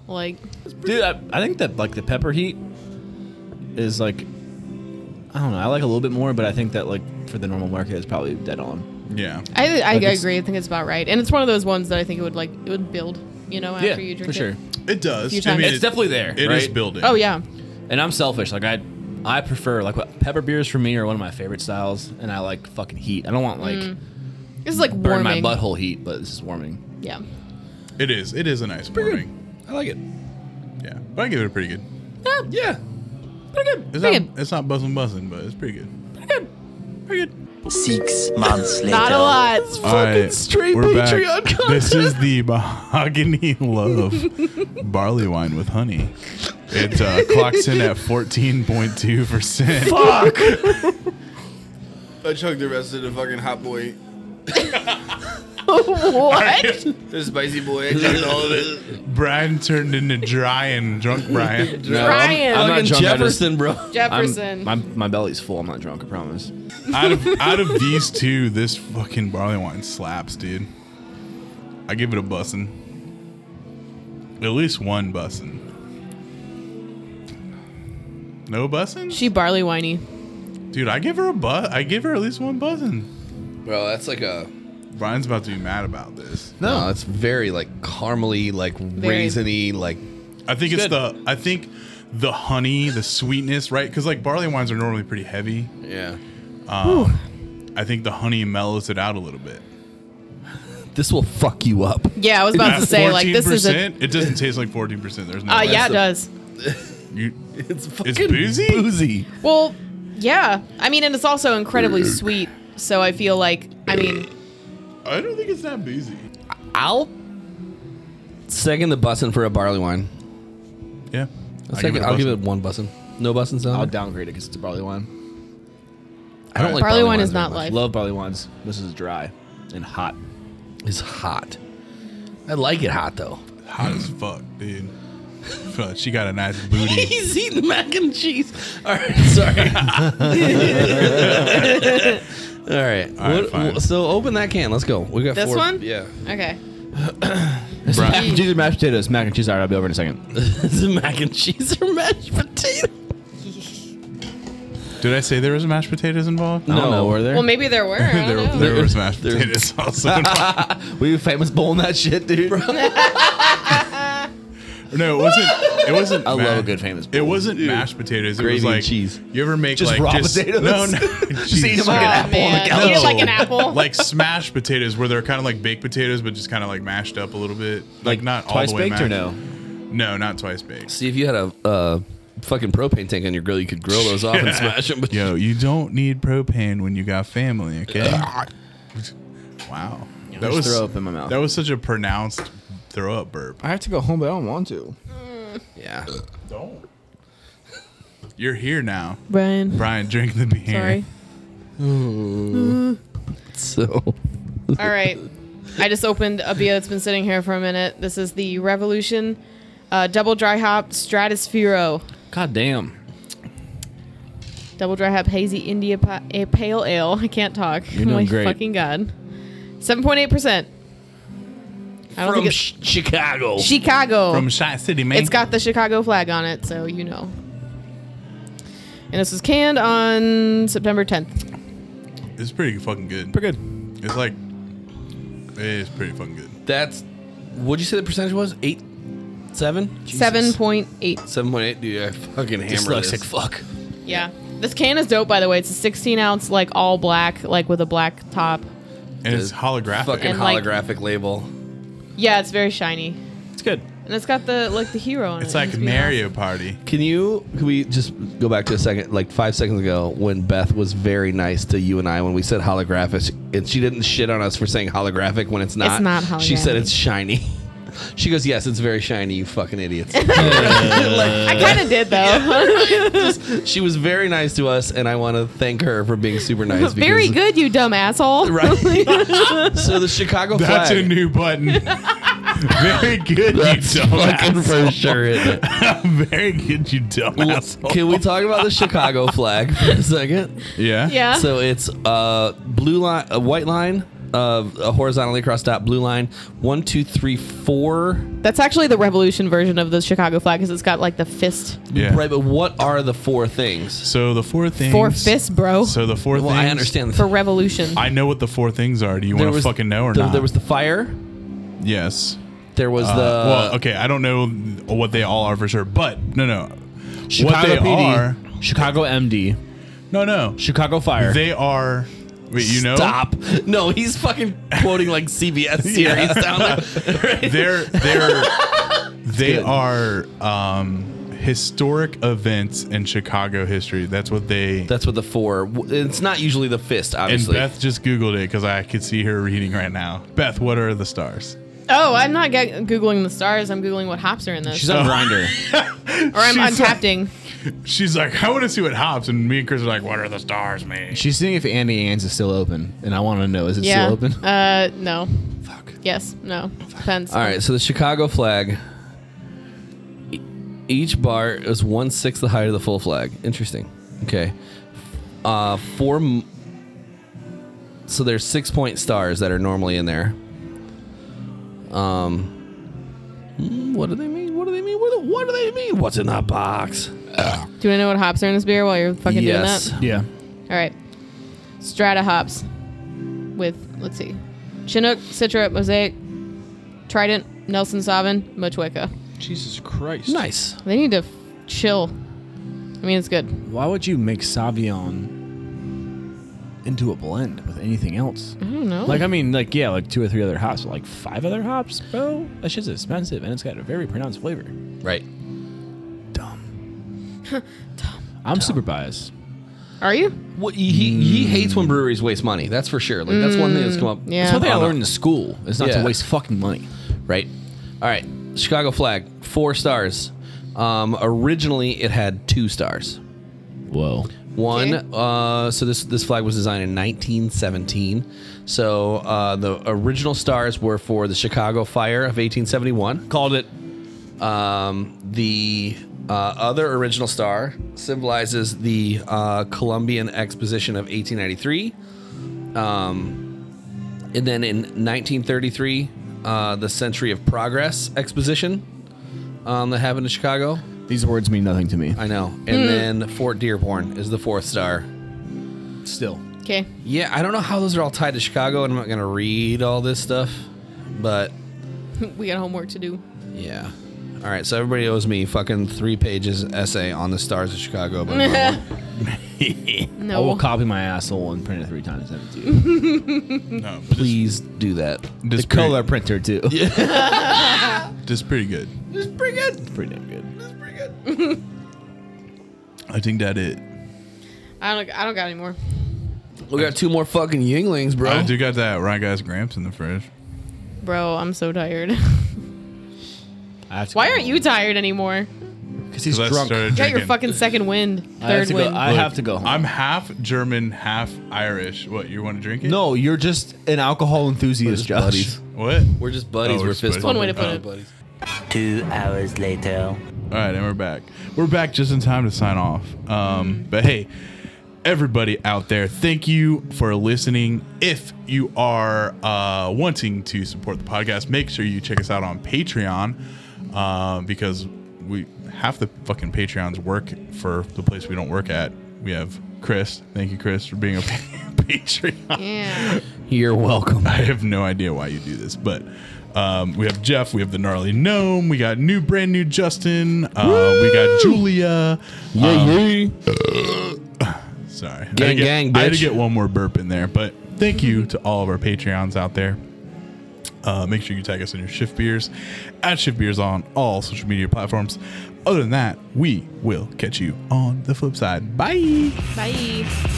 Like,
Dude, I, I think that like the pepper heat is like I don't know. I like a little bit more, but I think that like for the normal market, it's probably dead on.
Yeah.
I, I,
Like it's-
agree. I think it's about right. And it's one of those ones that I think it would, like, it would build, you know, after you drink
for
it.
sure.
It does.
Few times.
I mean,
It's
it-
definitely there,
It is
right?
building.
Oh, yeah.
And I'm selfish. Like I, I prefer like what pepper beers for me are one of my favorite styles, and I like fucking heat. I don't want like
This is like
burn
Mm, warming.
my butthole heat, but this is warming.
Yeah.
It is. It is a nice warming.
I like it.
Yeah. But I give it a pretty good.
Yeah.
It's
Pretty
not, it's not buzzing buzzing, but it's pretty good. Pretty good. Pretty good.
Six months later.
Not a lot.
Fucking
straight Patreon content.
This is the Mahogany Love barley wine with honey. It uh, clocks in at 14.2%.
I chugged the rest of the fucking hot boy.
What?
The spicy boy. I chugged all of it.
Brian turned into dry and drunk Brian.
Brian.
I'm not drunk, I just-
Jefferson, bro.
Jefferson.
My my belly's full. I'm not drunk. I promise.
out of out of these two, this fucking barley wine slaps, dude. I give it a bussin. At least one bussin. No bussin?
she barley whiny.
Dude, I give her a bus. I give her at least one bussin.
Bro, that's like a.
Brian's about to be mad about this.
No, it's very like caramely, like raisiny, like.
I think it's, the I think the honey, the sweetness, right? Because like barley wines are normally pretty heavy.
Yeah.
I think the honey mellows it out a little bit.
This will fuck you up.
Yeah, I was about to
At
say, like, this is a.
14%? It doesn't taste like fourteen percent. There's no.
Uh,
way.
yeah,
the-
it does.
You,
It's fucking
it's boozy.
boozy.
Well, yeah. I mean, and it's also incredibly sweet. So I feel like, I mean,
I don't think it's that boozy.
I'll second the bussin for a barley wine.
Yeah.
I'll, second,
a
I'll give it
bussin.
one bussin. No bussin
I'll
sound.
downgrade it because it's a barley wine.
I don't like
barley wine
wines
is
very
not
much.
life.
Love barley wines. This is dry and hot.
It's hot. I like it hot though.
hot as fuck, dude. Fuck, she got a nice booty.
He's eating mac and cheese. All right, sorry. All right.
right,
What-
fine.
so open that can. Let's go. We got
This
four-
one?
Yeah.
okay.
Mac and cheese or mashed potatoes. Mac and cheese. All right, I'll be over in a second.
Is it mac and cheese or mashed potato?
Did I say there was mashed potatoes involved?
I don't know,
No.
were there?
Well, maybe there were. I
There,
don't know.
there was mashed potatoes also. involved.
we were famous bowling that shit, dude.
No, it wasn't. It wasn't.
I love
ma-
a good famous
It
bowl.
wasn't mashed potatoes. It
Gravy
was
and
like
cheese.
You ever make
Just
like
raw
just,
potatoes?
No, no.
Just eat 'em like an
Jesus.
apple and a
man. Eat it like an
gallop.
apple.
like smashed potatoes, where they're kind of like baked potatoes, but just kind of like mashed up a little bit, like, not all
twice
the way
baked or
mashed.
no?
No, not twice baked.
See, if you had a uh, fucking propane tank on your grill, you could grill those off and smash them. But
Yo, you don't need propane when you got family, okay? wow, that
just
was
throw up in my mouth.
That was such a pronounced throw up burp.
I have to go home, but I don't want to.
yeah,
Don't. You're here now,
Brian.
Brian. Drink the beer.
Sorry.
so
All right. I just opened a beer that's been sitting here for a minute. This is the Revolution uh, Double Dry Hop Stratosphere.
God damn.
Double Dry Hop Hazy India pa- a Pale Ale. I can't talk.
You're doing
My
great.
fucking god. 7.8%. I don't think
from
it's
Ch- Chicago.
Chicago.
From Shot City, man.
It's got the Chicago flag on it, so you know. And this was canned on September 10th.
It's pretty fucking good.
Pretty good.
It's like it's pretty fucking good.
That's what'd you say the percentage was? Eight, seven,
7.8.
seven point eight. Dude, I fucking hammer
Dyslexic
this.
fuck.
Yeah. This can is dope, by the way. It's a 16 ounce, like all black, like with a black top.
And it's holographic.
Fucking
And, like-
holographic label.
Yeah, it's very shiny.
It's good.
And it's got the like the hero on
it's
it.
like
must be
Mario Party.
Can you? Can we just go back to a second? Like five seconds ago, when Beth was very nice to you and I when we said holographic, and she didn't shit on us for saying holographic when it's not.
not
She said
holographic.
it's shiny. She goes, "Yes, it's very shiny." You fucking idiots.
awesome. I kind of did though.
she was very nice to us, and I want to thank her for being super nice.
very
because-
good, you dumb asshole.
Right. so the Chicago
That's
flag.
a new button. Very good, you dumb
fucking
asshole.
for sure. isn't it?
Very good, you dumb asshole.
Can we talk about the Chicago flag for a second?
Yeah.
Yeah.
So it's uh, blue line, a white line, uh, a horizontally crossed dot, blue line, one, two, three, four.
That's actually the revolution version of the Chicago flag because it's got like the fist.
Yeah.
Right, but what are the four things?
So the four things.
Four fists, bro.
So the four
Well,
things.
I understand.
for revolution.
I know what the four things are. Do you
There
want to
was-
fucking know or
the-
not?
There was the Uh, fire.
yes.
There was the
well, okay. I don't know what they all are for sure, but no, no. what
Chicago
they
PD,
are?
Chicago MD,
No, no.
Chicago Fire.
They are. Wait, you know?
Stop! No, he's fucking quoting like CBS series. down there. Right?
they're they're they
good.
are um historic events in Chicago history. That's what they
That's what the four. w- It's not usually the fist,
and
obviously.
Beth just googled it because I could see her reading right now. Beth, what are the stars?
Oh, I'm not get- googling the stars. I'm googling what hops are in this,
She's on grinder.
or I'm
she's-
untapping.
She's like, I want to see what hops, and me and Chris are like, what are the stars, man?
She's seeing if Andy Ann's is still open, and I want to know is it
Yeah.
still open?
Uh, no. Fuck. Yes. No. Depends.
All right, so the Chicago flag. E- Each bar is one sixth the height of the full flag. Interesting. Okay. Uh, four. M- so there's six point stars that are normally in there. Um. mm, What do they mean? What do they mean? What do, what do they mean? What's in that box?
Do you want to know what hops are in this beer while you're fucking
yes.
doing
yeah.
that? All right. Strata hops with let's see, Chinook, Citra, Mosaic, Trident, Nelson Sauvin, Motueka.
Jesus Christ.
Nice.
They need to f- chill. I mean, it's good.
Why would you make Savion into a blend with anything else?
I don't know.
Like, I mean, like, yeah, like two or three other hops, but like five other hops, bro? That shit's expensive and it's got a very pronounced flavor. Dumb.
Right.
I'm super biased.
are you?
What, he, he he hates when breweries waste money. That's for sure. Like that's one thing that's come up.
Yeah.
That's one thing I
Oh, no.
learned in school is not
Yeah.
to waste fucking money.
right? All right, Chicago flag, four stars. Um, originally, it had two stars.
Whoa.
One,
Okay.
uh, so this this flag was designed in 1917. So uh, the original stars were for the Chicago Fire of 1871.
Called it.
Um, the uh, other original star symbolizes the uh, Columbian Exposition of 1893. Um, and then in 1933, uh, the Century of Progress Exposition um, that happened in Chicago.
These words mean nothing to me.
I know. And then Fort Dearborn is the fourth star. Still.
Okay.
Yeah, I don't know how those are all tied to Chicago, and I'm not going to read all this stuff, but
We got homework to do.
yeah. All right, so everybody owes me fucking three pages essay on the stars of Chicago. By Bono.
I will
no.
copy my asshole and print it three times. and send it to you.
No,
Please do that. The
Just
color printer too. Yeah,
just pretty good.
it's pretty good.
pretty damn good.
It's pretty good.
I think that it.
I don't. I don't got any more.
We got two more fucking Yinglings, bro.
I do got that Ryan Guys Gramps in the fridge.
Bro, I'm so tired.
I have to
Why
go
aren't
home.
you tired anymore?
Because he's
'Cause I
drunk.
started
You got your
drinking.
fucking second wind,
I have
third
to go.
wind.
I
Look,
have to go home.
I'm half German, half Irish. What, you want to drink it?
No, you're just an alcohol enthusiast,
just
Josh.
buddies.
What?
We're just buddies.
Oh,
we're
we're just
fist
buddies.
One way to
bumping.
put it.
buddies.
Two hours later.
All right, and we're back. We're back just in time to sign off. Um, But hey, everybody out there, thank you for listening. If you are uh, wanting to support the podcast, make sure you check us out on Patreon uh, because we half the fucking Patreons work for the place we don't work at. We have Chris. Thank you, Chris, for being a Patreon.
yeah.
You're welcome.
I have no idea why you do this, but um, we have Jeff, we have the gnarly gnome, we got new brand new Justin, uh, we got Julia.
Um,
Yeah, Sorry, I had, to
Gang,
get,
gang,
I had to
bitch.
get one more burp in there, but thank you to all of our Patreons out there. Uh, make sure you tag us in your shift beers at shift beers on all social media platforms. Other than that, we will catch you on the flip side. Bye.
Bye.